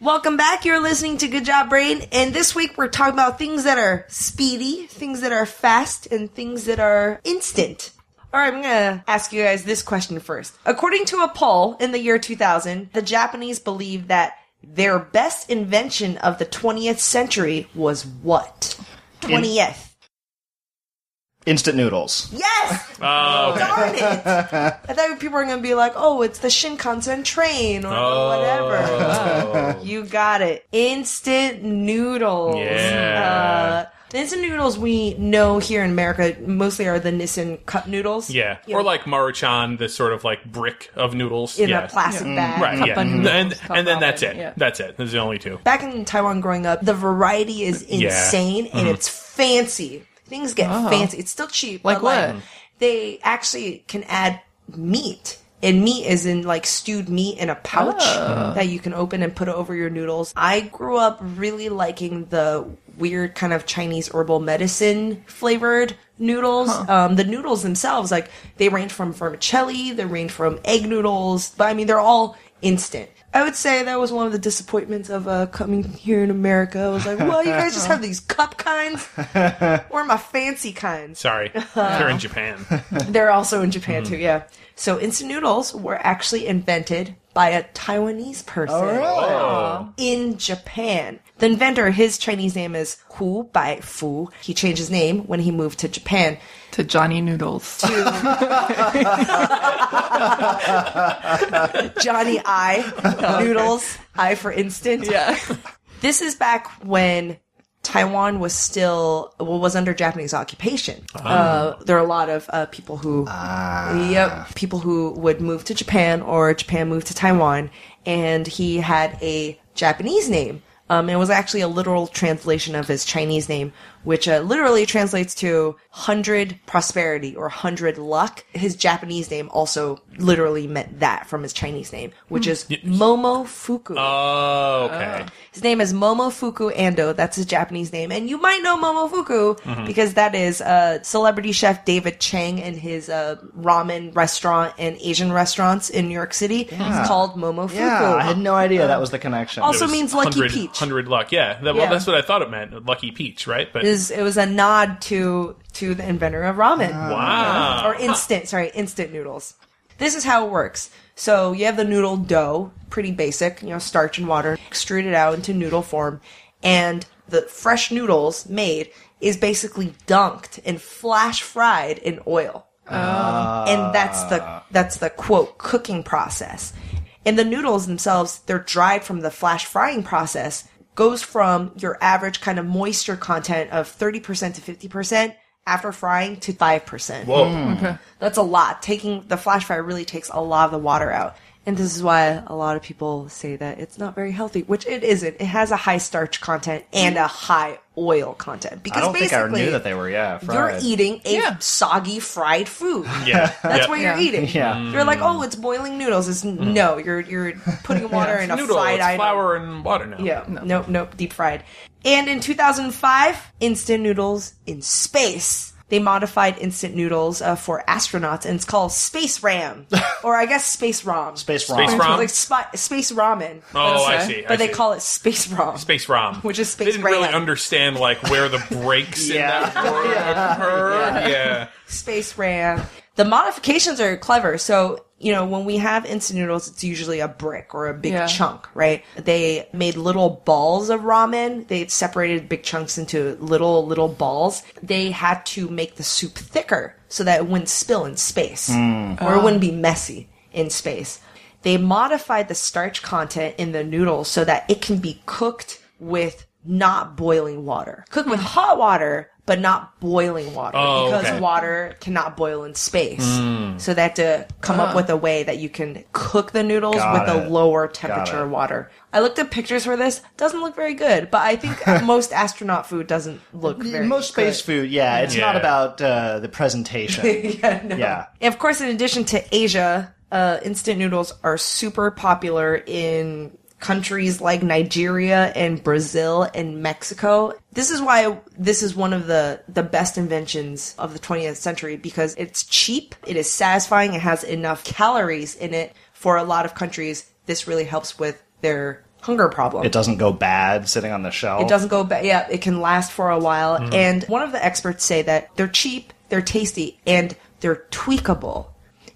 A: Welcome back. You're listening to Good Job Brain, and this week we're talking about things that are speedy, things that are fast, and things that are instant. All right, I'm gonna ask you guys this question first. According to a poll in the year 2000, the Japanese believed that their best invention of the 20th century was what? 20th.
B: Instant noodles.
A: Yes!
D: Oh, okay.
A: Darn it! I thought people were gonna be like, "Oh, it's the Shinkansen train or
D: Oh.
A: whatever." you got it. Instant noodles.
D: Yeah.
A: Uh, the instant noodles we know here in America mostly are the Nissan cup noodles.
D: Yeah.
A: You
D: Or
A: know,
D: like Maruchan, this sort of like brick of noodles.
A: in
D: yeah.
A: a plastic bag.
D: Right. Yeah.
C: Cup
D: And
C: noodles,
D: and,
C: cup
D: and then that's
C: ramen,
D: it.
C: yeah.
D: That's it. Those are the only two.
A: Back in Taiwan, growing up, the variety is
D: Yeah. Mm-hmm.
A: insane and it's fancy. Things get fancy. It's still cheap.
C: Like
A: but
C: what?
A: they actually can add meat. And meat is in like stewed meat in a pouch
C: Oh.
A: that you can open and put over your noodles. I grew up really liking the weird kind of Chinese herbal medicine flavored noodles. Um, the noodles themselves, like they range from vermicelli, they range from egg noodles, but I mean, they're all instant. I would say that was one of the disappointments of uh, coming here in America. I was like, well, you guys just have these cup kinds. Where are my fancy kinds?
D: Sorry.
A: Uh-huh.
D: They're in Japan.
A: They're also in Japan too, yeah. So instant noodles were actually invented by a Taiwanese person in Japan. The inventor, his Chinese name is Hu Bai Fu. He changed his name when he moved to Japan.
C: to Johnny Noodles.
A: Johnny I, noodles, I for instant.
C: yeah.
A: This is back when Taiwan was still well, was under Japanese occupation. Uh, there are a lot of uh, people who, yep, people who would move to Japan or Japan moved to Taiwan, and he had a Japanese name. Um, it was actually a literal translation of his Chinese name, which uh, literally translates to hundred prosperity or hundred luck. His Japanese name also literally meant that from his Chinese name, which is Momo Fuku.
D: Oh, okay.
A: His name is Momofuku Ando. That's his Japanese name. And you might know Momofuku
D: Mm-hmm.
A: because that is uh, celebrity chef David Chang and his uh, ramen restaurant and Asian restaurants in New York City. It's called Momofuku.
B: Yeah, I had no idea that was the connection.
A: Uh, Also-
D: It was
A: means lucky
D: 100
A: peach.
D: 100 luck. Yeah. That,
A: Yeah.
D: Well, that's what I thought it meant. Lucky peach, right? But
A: It was, it was a nod to to the inventor of ramen. Uh,
D: wow.
A: or instant sorry instant noodles this is how it works so you have the noodle dough pretty basic you know starch and water extrude it out into noodle form and the fresh noodles made is basically dunked and flash fried in oil and that's
B: Uh.
A: the that's the quote cooking process and the noodles themselves they're dried from the flash frying process goes from your average kind of moisture content of 30% to 50% after frying to 5%
D: Whoa.
B: Mm.
A: that's a lot. Taking the flash fry really takes a lot of the water out. And this is why a lot of people say that it's not very healthy, which it isn't. It has a high starch content and a high oil content. Because
B: I don't think I
A: basically,
B: knew that they were. Yeah,
A: you're
B: fried.
A: eating a
C: Yeah.
A: soggy fried food.
D: Yeah.
A: That's
D: yeah.
A: what you're eating.
B: Yeah.
A: You're like, oh, it's boiling noodles. It's no, you're you're putting water in a
D: Noodle,
A: fried
D: it's
A: item.
D: flour and water now.
A: Yeah, nope, nope, deep fried. And in 2005, instant noodles in space. They modified instant noodles uh, for astronauts, and it's called Space Ram, or I guess Space Rom.
B: space rom.
D: Space rom.
A: like spi- Space Ramen,
D: Oh,
C: Okay.
D: I see. I
A: but they
D: see.
A: call it Space Rom.
D: space rom,
A: Which is
D: They
A: space
D: didn't really
A: ram.
D: understand like where the breaks
B: Yeah.
D: in that word occur. Yeah.
A: Space Ram. The modifications are clever. So, you know, when we have instant noodles, it's usually a brick or a big
C: Yeah.
A: chunk, right? They made little balls of ramen. They separated big chunks into little, little balls. They had to make the soup thicker so that it wouldn't spill in space
B: Mm-hmm.
A: or it wouldn't
B: Oh.
A: be messy in space. They modified the starch content in the noodles so that it can be cooked with not boiling water. Cooked
B: Hmm.
A: with hot water, but not boiling water
D: Oh,
A: because
D: okay.
A: water cannot boil in space.
B: Hmm.
A: So they had to come up with a way that you can cook the noodles
B: Got
A: with a
B: it.
A: lower temperature
B: it.
A: water. I looked at pictures for this. Doesn't look very good, but I think most astronaut food doesn't look very
B: Most space
A: good.
B: food. Yeah, it's not
D: Yeah.
B: about uh, the presentation. yeah,
A: And of course, in addition to Asia, uh, instant noodles are super popular in countries like Nigeria and Brazil and Mexico. This is why this is one of the, the best inventions of the 20th century because it's cheap, it is satisfying, it has enough calories in it for a lot of countries. This really helps with their hunger problem.
B: it doesn't go bad sitting on the shelf.
D: Oh.
A: It doesn't go bad. Yeah, it can last for a while.
D: Mm-hmm.
A: And one of the experts say that they're cheap, they're tasty, and they're tweakable.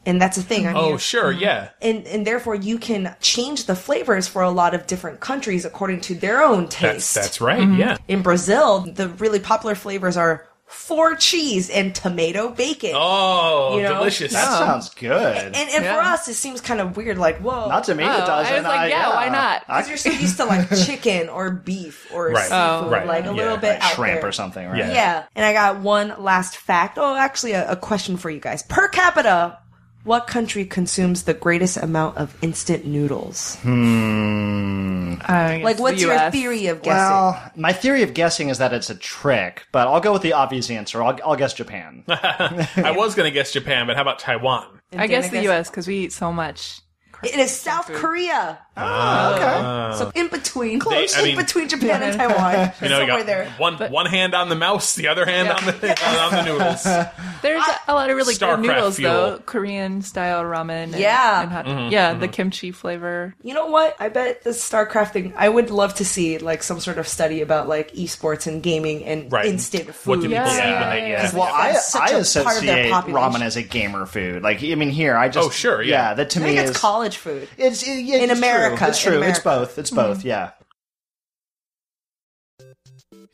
A: And that's a thing. I mean,
D: Oh, sure. Yeah.
A: and and therefore you can change the flavors for a lot of different countries according to their own
D: That's
A: taste.
D: that's right. Yeah.
A: In Brazil, the really popular flavors are four cheese and tomato bacon.
D: Oh,
A: You know?
D: delicious.
B: That sounds good.
A: And, and for
C: Yeah.
A: us, it seems kind of weird. Like, whoa,
B: not to me, it
C: Oh, I was
B: doesn't.
C: like, yeah, why not?
B: I-
A: because you're so used to like chicken or beef or
D: Right.
A: seafood,
D: Oh. Right.
A: like a
D: Yeah.
A: little bit out
B: shrimp
A: there.
B: or something, right?
D: Yeah.
A: Yeah. And I got one last fact. Oh, actually, a, a question for you guys. Per capita, what country consumes the greatest amount of instant noodles?
D: Hmm. Mm.
C: Uh,
A: Like, what's
C: the
A: your
C: US.
A: theory of guessing?
B: Well, my theory of guessing is that it's a trick, but I'll go with the obvious answer. I'll, I'll guess Japan.
D: I was gonna guess Japan, but how about Taiwan?
C: I guess the U.S. because we eat so much.
A: It is South Korea.
B: Uh,
A: so in between,
D: Close. Uh, I
A: in
D: mean-
A: between Japan and Taiwan,
D: You know,
A: somewhere
D: you got
A: there.
D: one one hand on the mouse, the other hand on the on the noodles.
C: There's a lot of really
D: Starcraft
C: good noodles
D: fuel. Mm-hmm,
C: though, Korean style ramen. And,
A: Yeah.
C: and hot- yeah, the kimchi flavor.
A: You know what? I bet the StarCraft thing. I would love to see like some sort of study about like esports and gaming and
D: Right.
A: instant food.
D: What do people
C: Yeah.
D: eat?
C: Yeah,
D: right?
A: yeah,
D: Yeah.
B: Well, I,
A: That's such
B: I
A: a part of their
B: associate
A: population.
B: ramen as a gamer food. Like, I mean, here I just
D: Oh, sure, yeah.
B: that to
A: I
B: me
A: think it's
B: is
A: college food.
B: It's it- yeah,
A: In
B: it's true.
A: America,
B: It's
A: in
B: true. It's
A: America.
B: both. It's both. Yeah.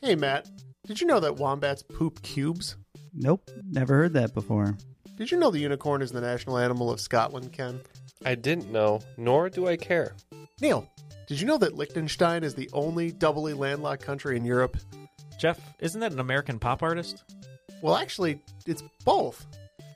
F: Hey, Matt, did you know that wombats poop cubes?
G: Nope, never heard that before.
F: Did you know the unicorn is the national animal of Scotland, Ken?
H: I didn't know, nor do I care.
F: Neil, did you know that Liechtenstein is the only doubly landlocked country in Europe?
I: Jeff, isn't that an American pop artist?
F: Well, actually, it's both.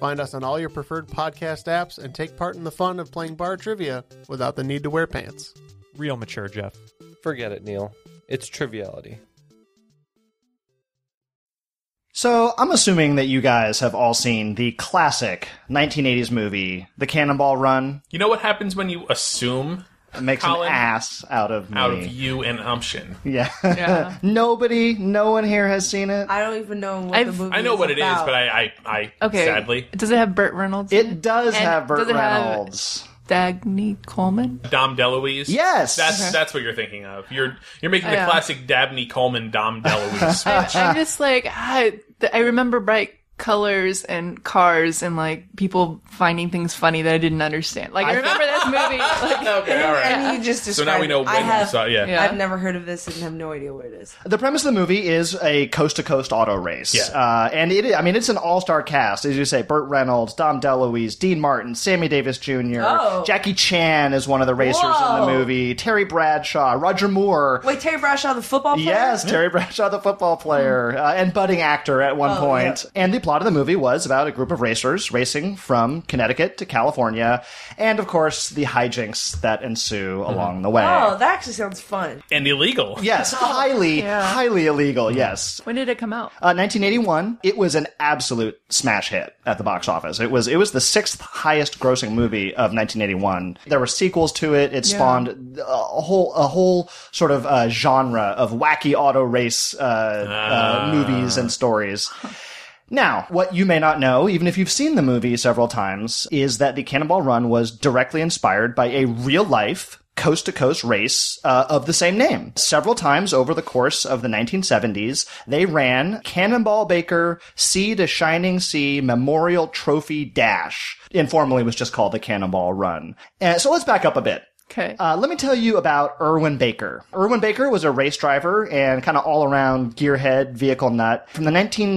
F: Find us on all your preferred podcast apps and take part in the fun of playing bar trivia without the need to wear pants.
I: Real mature, Jeff.
H: Forget it, Neil. It's Triviality.
B: So I'm assuming that you guys have all seen the classic 1980s movie, The Cannonball Run.
D: You know what happens when you assume
B: It makes
D: Colin.
B: an ass out of me.
D: out of you and umption?
B: yeah. Nobody, no one here has seen it.
A: I don't even know what
C: I've-
A: the movie
D: I know what it
A: it
D: is,
A: is,
D: but I, I, I
C: Okay.
D: sadly,
C: Does it have Burt Reynolds? in
B: It does
C: And
B: have Burt
C: does it have-
B: Reynolds.
C: Dagny Coleman?
D: Dom DeLuise.
B: Yes.
D: that's that's what you're thinking of. You're you're making the
C: Yeah.
D: classic Dabney Coleman Dom DeLuise.
C: I, I'm just like, ah, th- I remember bright colors and cars and like people finding things funny that I didn't understand. Like I, remember this movie. Like,
D: okay, all right.
A: And you just
D: So now we
A: described
D: know
A: it.
D: when
A: I have,
D: we saw. it, Yeah.
C: Yeah.
A: I've never heard of this and have no idea what it is.
B: The premise of the movie is a coast to coast auto race.
D: Yeah.
B: Uh, and it, I mean, it's an all star cast. As you say, Burt Reynolds, Dom DeLuise, Dean Martin, Sammy Davis Jr.,
A: Oh.
B: Jackie Chan is one of the racers in the
A: Whoa.
B: movie, Terry Bradshaw, Roger Moore.
A: Wait, Terry Bradshaw, the football player? Hmm.
B: Yes, Terry Bradshaw, the football player, uh, and budding actor at
A: Oh,
B: one point. And the plot of the movie was about a group of racers racing from Connecticut to California, and of course the hijinks that ensue along the way.
A: Oh, that actually sounds fun.
D: and illegal.
B: Yes, highly, highly illegal. Yes,
C: when did it come out?
B: uh, 1981. It was an absolute smash hit at the box office. It was it was the sixth highest grossing movie of 1981. There were sequels to it. It spawned a whole a whole sort of uh, genre of wacky auto race uh, uh, movies and stories. Now, what you may not know, even if you've seen the movie several times, is that the Cannonball Run was directly inspired by a real life coast to coast race uh, of the same name. Several times over the course of the 1970s, they ran Cannonball Baker Sea to Shining Sea Memorial Trophy Dash. Informally, it was just called the Cannonball Run. Uh, so let's back up a bit.
C: Okay.
B: Uh, let me tell you about Erwin Baker. Erwin Baker was a race driver and kind of all around gearhead, vehicle nut. From the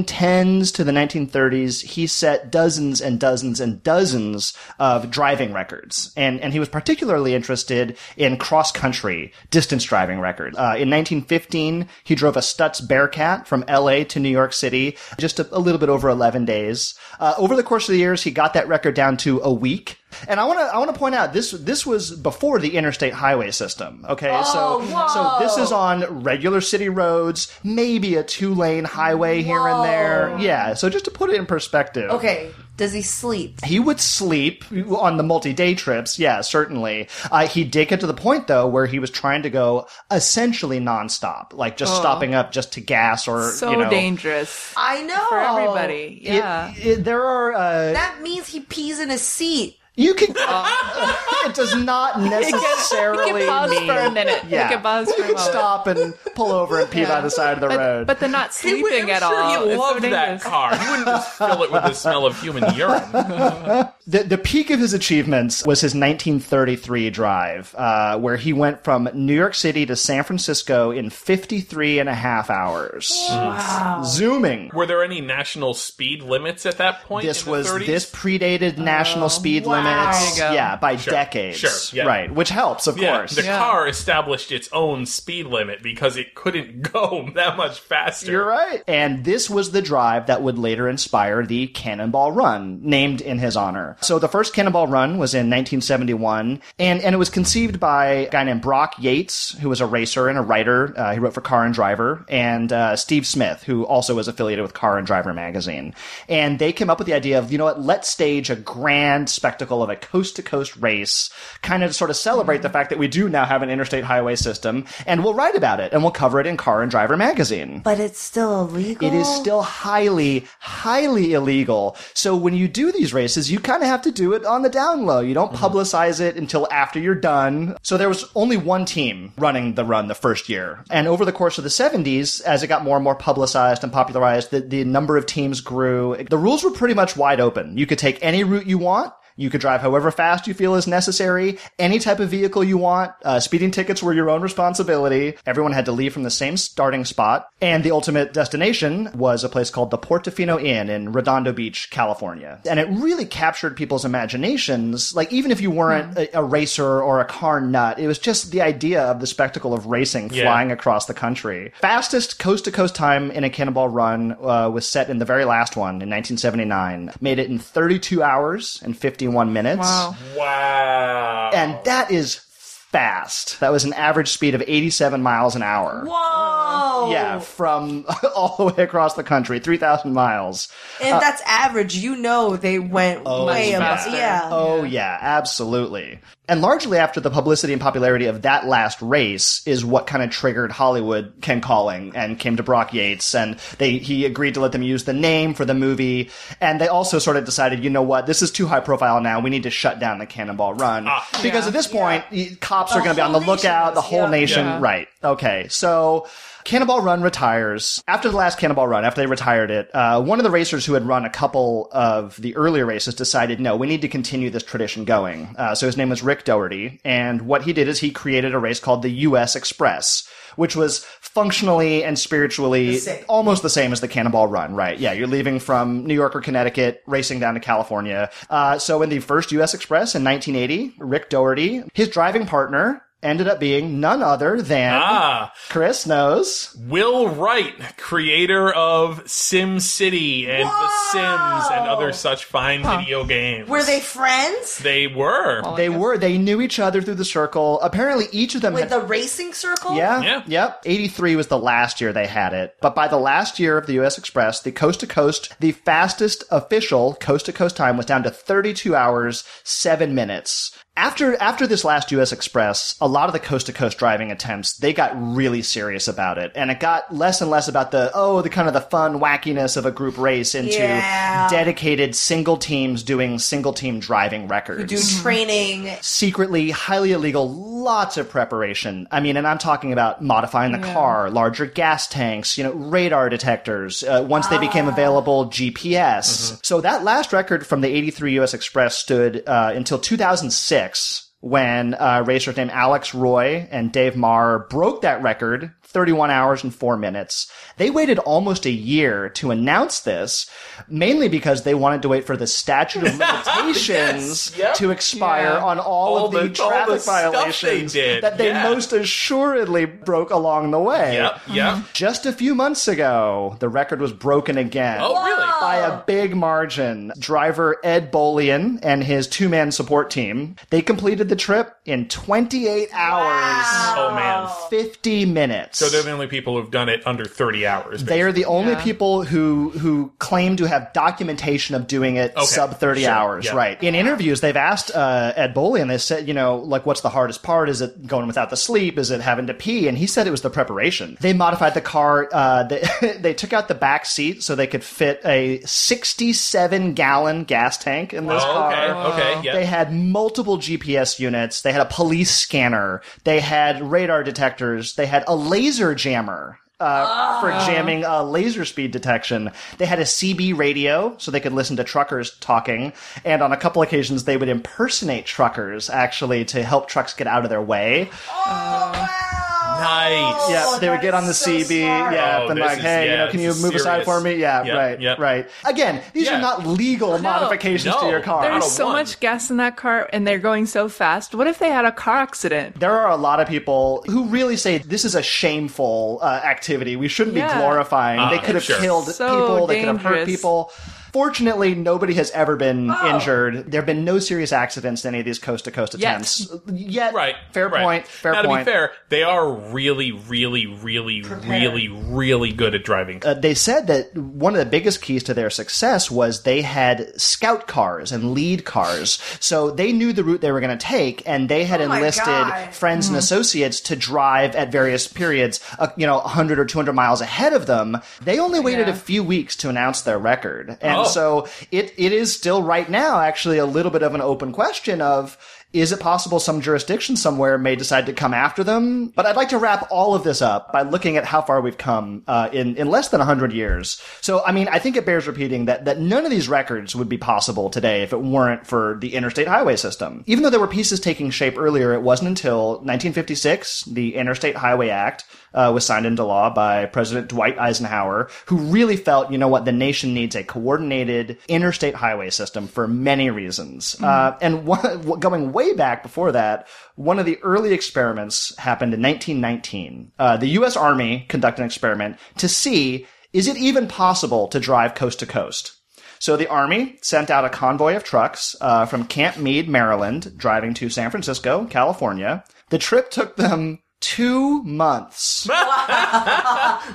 B: 1910s to the 1930s, he set dozens and dozens and dozens of driving records. And, and he was particularly interested in cross country distance driving records. Uh, in 1915, he drove a Stutz Bearcat from LA to New York City, just a, a little bit over 11 days. Uh, over the course of the years, he got that record down to a week. And I want to I want to point out this this was before the interstate highway system. Okay,
C: Oh,
B: so so this is on regular city roads, maybe a two lane highway here and there. Yeah, so just to put it in perspective.
A: Okay, does he sleep?
B: He would sleep on the multi day trips, yeah, certainly. Uh, he did get to the point, though, where he was trying to go essentially nonstop, like just stopping up just to gas or,
C: Oh. so
B: you know.
C: dangerous
A: I know.
C: for everybody.
B: Oh. It-
C: Yeah.
B: it- there are. Uh,
A: That means he pees in his seat.
B: you can.
C: Uh,
B: it does not
C: We
B: necessarily
C: can pause
B: mean.
C: for a minute.
B: Yeah.
C: We can pause for a
B: could
C: moment.
B: stop and pull over and pee by the side of the
C: But,
B: road.
C: but they're not
D: He
C: sleeping
D: would- I'm
C: at
D: sure
C: all.
D: He
C: It's so
D: loved that
C: dangerous.
D: car. He wouldn't just fill it with the smell of human urine.
B: The, the peak of his achievements was his 1933 drive, uh, where he went from New York City to San Francisco in 53 and a half hours.
D: Wow.
B: Zooming.
D: Were there any national speed limits at that point?
B: This
D: in the
B: was
D: 30s?
B: this predated
C: Oh,
B: national speed limits,
D: There you go.
B: yeah, by
D: Sure,
B: decades,
D: sure, yeah.
B: right? Which helps, of
D: Yeah,
B: course.
D: the car established its own speed limit because it couldn't go that much faster.
B: You're right. And this was the drive that would later inspire the Cannonball Run, named in his honor. So the first Cannonball Run was in 1971, and, and it was conceived by a guy named Brock Yates, who was a racer and a writer. Uh, he wrote for Car and Driver, and uh, Steve Smith, who also was affiliated with Car and Driver magazine. And they came up with the idea of, you know what, let's stage a grand spectacle of a coast to coast race, kind of to sort of celebrate the fact that we do now have an interstate highway system, and we'll write about it, and we'll cover it in Car and Driver magazine.
A: But it's still illegal.
B: It is still highly, highly illegal. So when you do these races, you kind of have to do it on the down low. You don't publicize it until after you're done. So there was only one team running the run the first year. And over the course of the 70s, as it got more and more publicized and popularized, the, the number of teams grew. The rules were pretty much wide open. You could take any route you want. You could drive however fast you feel is necessary, any type of vehicle you want. Uh, speeding tickets were your own responsibility. Everyone had to leave from the same starting spot. And the ultimate destination was a place called the Portofino Inn in Redondo Beach, California. And it really captured people's imaginations. Like, even if you weren't a, a racer or a car nut, it was just the idea of the spectacle of racing
D: Yeah.
B: flying across the country. Fastest coast to coast time in a cannonball run uh, was set in the very last one in 1979. Made it in 32 hours and 51 minutes.
D: Wow. Wow.
B: And that is fast. That was an average speed of 87 miles an hour.
C: Oh.
A: Whoa.
B: Yeah, from all the way across the country, 3,000 miles.
A: And
B: Uh,
A: that's average. You know they went
C: oh,
A: way above. Yeah.
B: Oh yeah, absolutely. And largely after the publicity and popularity of that last race is what kind of triggered Hollywood Ken Calling and came to Brock Yates and they he agreed to let them use the name for the movie and they also sort of decided, you know what, this is too high profile now. We need to shut down the Cannonball Run because
D: Yeah.
B: at this point y- cops are
D: The
B: going to be on the
D: whole nation
B: lookout, the
D: is,
B: whole
D: yeah.
B: nation,
D: Yeah.
B: right? Okay, so. Cannonball Run retires. After the last Cannonball Run, after they retired it, uh, one of the racers who had run a couple of the earlier races decided, no, we need to continue this tradition going. Uh, so his name was Rick Doherty. And what he did is he created a race called the U.S. Express, which was functionally and spiritually
A: The same.
B: almost the same as the Cannonball Run, right? Yeah, you're leaving from New York or Connecticut, racing down to California. Uh, so in the first U.S. Express in 1980, Rick Doherty, his driving partner, ended up being none other than
D: Ah.
B: Chris knows.
D: Will Wright, creator of Sim City and The Sims and other such fine video games.
A: Were they friends?
D: They were.
B: they were. They knew each other through the circle. Apparently, each of them.
A: With
B: had-
A: the racing circle?
B: yeah, Yep. 83 was the last year they had it. But by the last year of the U.S. Express, the coast to coast, the fastest official coast to coast time was down to 32 hours, 7 minutes. After, after this last U.S. Express, a lot of the coast to coast driving attempts, they got really serious about it. And it got less and less about the, oh, the kind of the fun wackiness of a group race into
A: Yeah.
B: dedicated single teams doing single team driving records
A: Who do training.
B: secretly, highly illegal, lots of preparation. I mean, and I'm talking about modifying the car, larger gas tanks, you know, radar detectors. Uh, once they became available, GPS. So that last record from the 83 US Express stood uh, until 2006. When uh, racers named Alex Roy and Dave Marr broke that record, 31 hours and 4 minutes. They waited almost a year to announce this, mainly because they wanted to wait for the statute of limitations to expire
D: Yeah.
B: on all,
D: All
B: of the,
D: the- all
B: traffic
D: the stuff they
B: violations
D: did,
B: that they
D: yeah.
B: most assuredly broke along the way.
D: Yep,
B: uh-huh.
D: yep.
B: Just a few months ago, the record was broken again.
D: Oh, really? Whoa.
B: By a big margin. Driver Ed Bolian and his two-man support team, they completed the trip in 28 hours.
D: Oh, man.
B: 50 minutes.
D: So they're the only people who've done it under 30 hours.
B: They are the only
D: Yeah.
B: people who who claim to have documentation of doing it
D: Okay,
B: sub thirty
D: sure,
B: hours,
D: yeah.
B: right? In interviews, they've asked uh, Ed Boley, and they said, you know, like, what's the hardest part? Is it going without the sleep? Is it having to pee? And he said it was the preparation. They modified the car. Uh, they they took out the back seat so they could fit a sixty-seven gallon gas tank in this
D: Oh,
B: car.
D: okay, okay, yeah.
B: They had multiple GPS units. They had a police scanner. They had radar detectors. They had a laser jammer. uh, for
J: Ah.
B: jamming uh, laser speed detection. They had a CB radio so they could listen to truckers talking, and on a couple occasions they would impersonate truckers actually to help trucks get out of their way.
D: Nice.
B: Yeah, they would get on the CB, yeah,
D: Oh,
B: and
D: this
B: like,
D: is-
B: hey, you
D: yeah,
B: know, can you
D: this
B: move
D: is serious.
B: aside for me? Yeah,
D: Yeah,
B: right,
D: yeah.
B: right. Again, these
D: Yeah.
B: are not legal modifications to your car.
C: There's so much gas in that car, and they're going so fast. What if they had a car accident?
B: There are a lot of people who really say this is a shameful uh, activity. We shouldn't
C: Yeah.
B: be glorifying.
D: Ah,
B: they could have
D: sure.
B: killed
D: So
B: people. They could have hurt
D: dangerous. Oh.
B: people. Fortunately, nobody has ever been injured. There have been no serious accidents in any of these coast to coast attempts. Yet,
D: right.
B: Fair
D: right.
B: point. Fair
D: now,
B: point.
D: to be fair, they are really, really, really, really, really good at driving.
B: Uh, they said that one of the biggest keys to their success was they had scout cars and lead cars. So they knew the route they were going to take, and they had
J: Oh my
B: enlisted
J: God. Mm-hmm.
B: friends and associates to drive at various periods, uh, you know, 100 or 200 miles ahead of them. They only waited a few weeks to announce their record. And
J: Oh.
B: so it, it is still right now actually a little bit of an open question of, is it possible some jurisdiction somewhere may decide to come after them? But I'd like to wrap all of this up by looking at how far we've come uh, in in less than hundred years. So, I mean, I think it bears repeating that that none of these records would be possible today if it weren't for the interstate highway system. Even though there were pieces taking shape earlier, it wasn't until 1956 the Interstate Highway Act uh, was signed into law by President Dwight Eisenhower, who really felt, you know what, the nation needs a coordinated interstate highway system for many reasons. Uh, and one, going way back before that, one of the early experiments happened in 1919. Uh, the U.S. Army conducted an experiment to see is it even possible to drive coast to coast. So the Army sent out a convoy of trucks uh, from Camp Meade, Maryland, driving to San Francisco, California. The trip took them two months.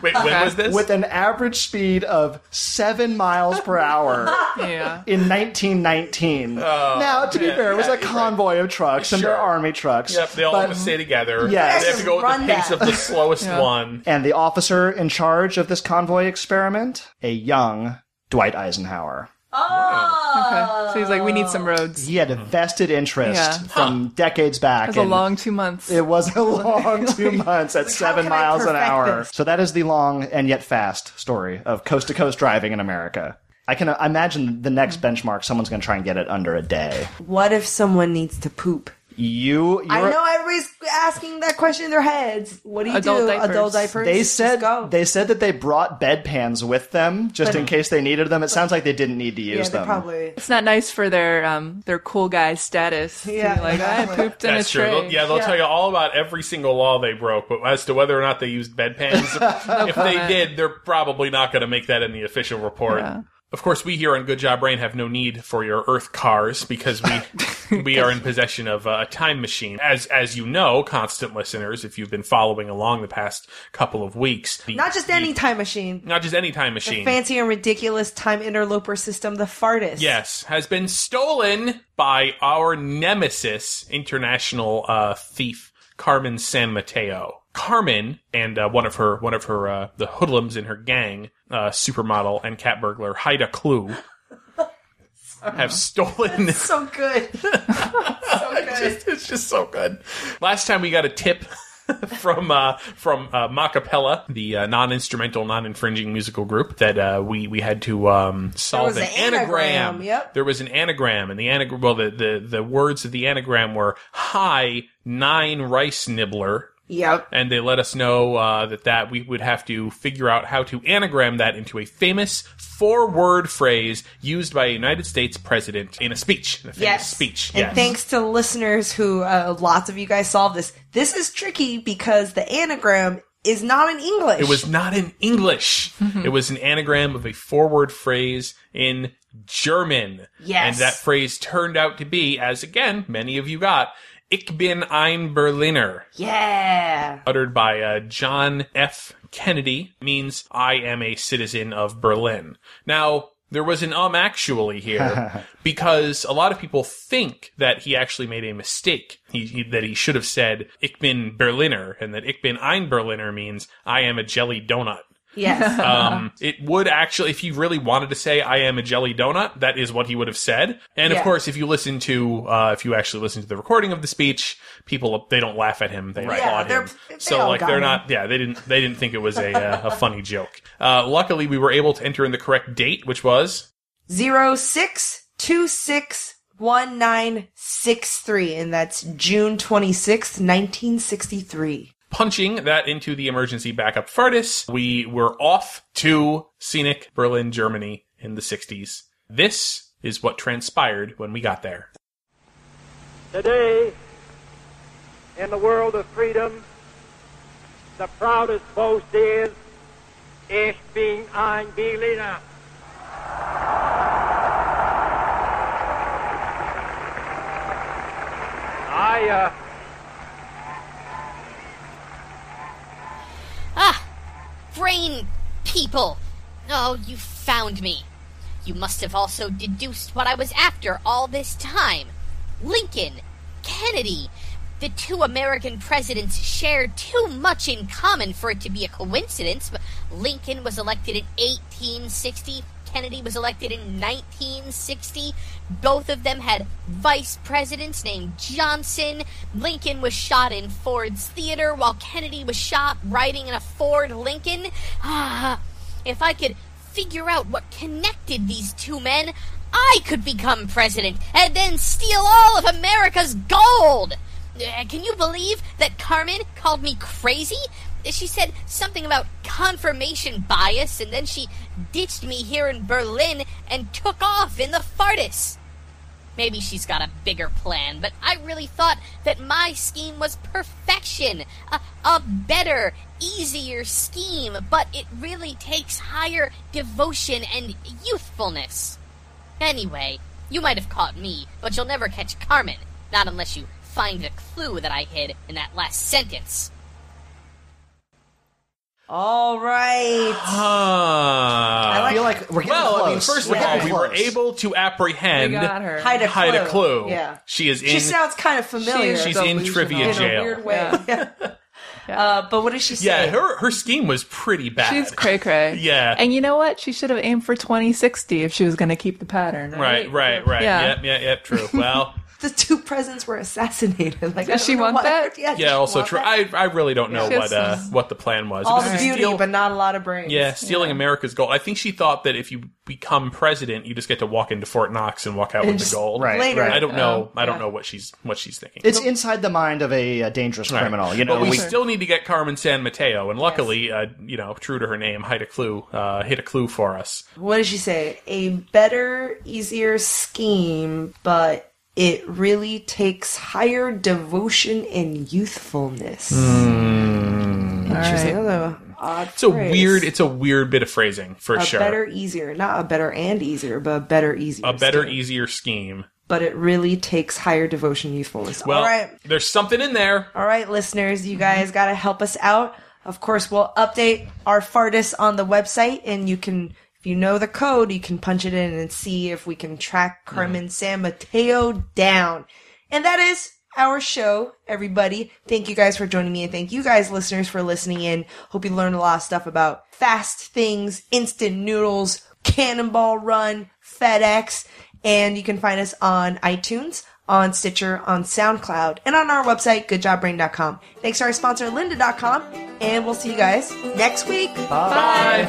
D: Wait, when was this?
B: With an average speed of seven miles per hour.
C: Yeah.
B: In 1919. now, to be
D: yeah,
B: fair, it was
D: Oh, yeah,
B: a convoy of trucks, and they're
D: Sure.
B: army trucks.
D: Yep, they all
B: but-
D: have to stay together.
B: Yes.
D: They have to go with the
B: Run
D: pace
B: that.
D: of the slowest
B: Yeah.
D: one.
B: And the officer in charge of this convoy experiment, a young Dwight Eisenhower.
C: Okay. So he's like, we need some roads.
B: He
D: Hmm.
B: had a vested interest
C: Yeah.
B: from decades back.
C: It was a
B: and-
C: long two months.
B: It was a long two months at seven miles an
C: perfect
B: hour.
C: this?
B: So that is the long and yet fast story of coast to coast driving in America. I can uh, imagine the next benchmark. Someone's going to try and get it under a day.
A: What if someone needs to poop?
B: You,
A: I
B: you're-
A: know everybody's asking that question in their heads. What do you do? Adult diapers.
B: They
A: Just
B: said
A: go.
B: they said that they brought bedpans with them just
C: But-
B: in case they needed them. It sounds like they didn't need to use them.
C: It's not nice for their um their cool guy status. Yeah. like I pooped in a
D: That's true.
C: tray.
D: They'll- yeah, they'll tell you all about every single law they broke, but as to whether or not they used bedpans, if they
C: comment.
D: did, they're probably not going to make that in the official report.
C: Yeah.
D: Of course, we here on Good Job Brain have no need for your Earth cars because we we are in possession of uh, a time machine. As as you know, constant listeners, if you've been following along the past couple of weeks, the,
A: Not just any time machine.
D: not just any
A: The
D: time machine,
A: fancy and ridiculous time interloper system, the fartist.
D: Yes, has been stolen by our nemesis, international uh, thief Carmen San Mateo. Carmen and uh, one of her one of her uh, the hoodlums in her gang, uh, supermodel and cat burglar Haida Clue, have stolen.
A: so good.
D: It's, it's just so good. Last time we got a tip from uh, from uh, Macapella, the uh, non instrumental, non infringing musical group, that uh, we we had to um, solve
J: was
D: an,
J: an anagram, yep.
D: There was an anagram, and the anagram. Well, the, the the words of the anagram were "high nine rice nibbler."
A: Yep.
D: And they let us know uh, that that we would have to figure out how to anagram that into a famous four-word phrase used by a United States president in a speech, in a famous
A: Yes.
D: speech.
A: And
D: yes.
A: thanks to listeners who, uh, lots of you guys solved this. This is tricky because the anagram is not in English.
D: It was not in English.
A: Mhm.
D: It was an anagram of a forward phrase in German.
J: Yes.
D: And that phrase turned out to be, as again, many of you got, Ich bin ein Berliner,
A: Yeah.
D: uttered by uh, John F. Kennedy, means I am a citizen of Berlin. Now, there was an um actually here because a lot of people think that he actually made a mistake. He, he- that he should have said Ich bin Berliner and that Ich bin ein Berliner means I am a jelly donut.
A: Yes.
D: um, it would actually, if he really wanted to say, I am a jelly donut, that is what he would have said. And
A: Yeah.
D: of course, if you listen to, uh, if you actually listen to the recording of the speech, people, they don't laugh at him. They
A: Right.
D: applaud
A: Yeah,
D: him.
A: they're- they
D: So
A: all
D: like,
A: got
D: they're
A: him.
D: not, yeah, they didn't, they didn't think it was a, uh, a funny joke. Uh, luckily we were able to enter in the correct date, which was
A: Zero six two six one nine six three, and that's June twenty sixth, nineteen sixty three.
D: punching that into the emergency backup fartus. We were off to scenic Berlin, Germany in the 60s. This is what transpired when we got there.
J: Today, in the world of freedom, the proudest boast is, Ich bin ein Berliner. I, uh,
K: Ah! Brain people! Oh, you found me. You must have also deduced what I was after all this time. Lincoln, Kennedy, the two American presidents shared too much in common for it to be a coincidence, but Lincoln was elected in 1860. Kennedy was elected in 1960. Both of them had vice presidents named Johnson. Lincoln was shot in Ford's Theater while Kennedy was shot riding in a Ford Lincoln. Ah, if I could figure out what connected these two men, I could become president and then steal all of America's gold. Uh, Can you believe that Carmen called me crazy? She said something about confirmation bias, and then she ditched me here in Berlin and took off in the fartus. Maybe she's got a bigger plan, but I really thought that my scheme was perfection. A, a better, easier scheme, but it really takes higher devotion and youthfulness. Anyway, you might have caught me, but you'll never catch Carmen. Not unless you find the clue that I hid in that last sentence.
A: All right.
D: Ah.
A: I feel like we're getting
D: well, I mean,
A: close.
D: first
A: We're
D: of all,
A: getting
D: we were
A: close.
D: able to apprehend
A: We got her. Hide a
D: Hide
A: clue. Yeah.
D: She is in.
A: She sounds kind of familiar.
D: She's in trivia jail.
A: Uh, but what does she say?
D: yeah, her her scheme was pretty bad.
C: She's cray cray.
D: Yeah.
C: And you know what? She should have aimed for 2060 if she was going to keep the pattern. Right.
D: right, right, right.
C: Yeah.
D: Yep, yep, yep. True. Well,
A: The two presidents were assassinated. Like, I
C: Does
A: don't
C: she
A: know
C: want
A: why-
C: that?
A: Yeah.
D: yeah. Also
A: want
D: true. I I really don't know
A: Yeah.
D: what uh, what the plan was.
A: All
D: It was
A: the beauty, but not a lot of brains.
D: Yeah, stealing America's gold. I think she thought that if you become president, you just get to walk into Fort Knox and walk out
A: And
D: with
A: just-
D: the gold.
B: Right, Later. right.
D: I don't know.
B: Um,
D: I don't
B: yeah.
D: know what she's what she's thinking.
B: It's inside the mind of a, uh dangerous
D: Right.
B: criminal. You know,
D: but we,
B: we-
D: still need to get Carmen San Mateo, and luckily, uh, you know, true to her name, hide a clue, uh, hit a clue for us.
A: What did she say? A better, easier scheme, but it really takes higher devotion and youthfulness. Interesting.
D: All
A: That's a odd
D: Hmm. It's a
A: phrase.
D: weird. It's a weird bit of phrasing for
A: a
D: sure.
A: better, easier, not a better and easier, but a better, easier.
D: a better,
A: scheme.
D: easier scheme.
A: but it really takes higher devotion, and youthfulness.
D: Well,
A: All right,
D: there's something in there.
A: all right, listeners, you guys got to help us out. Of course, we'll update our fartus on the website, and you can. If you know the code, you can punch it in and see if we can track Carmen San Mateo down. And that is our show, everybody. Thank you guys for joining me and thank you guys, listeners, for listening in. Hope you learned a lot of stuff about fast things, instant noodles, cannonball run, FedEx, and you can find us on iTunes, on Stitcher, on SoundCloud, and on our website, goodjobbrain.com. Thanks to our sponsor, lynda.com, and we'll see you guys next week.
E: Bye.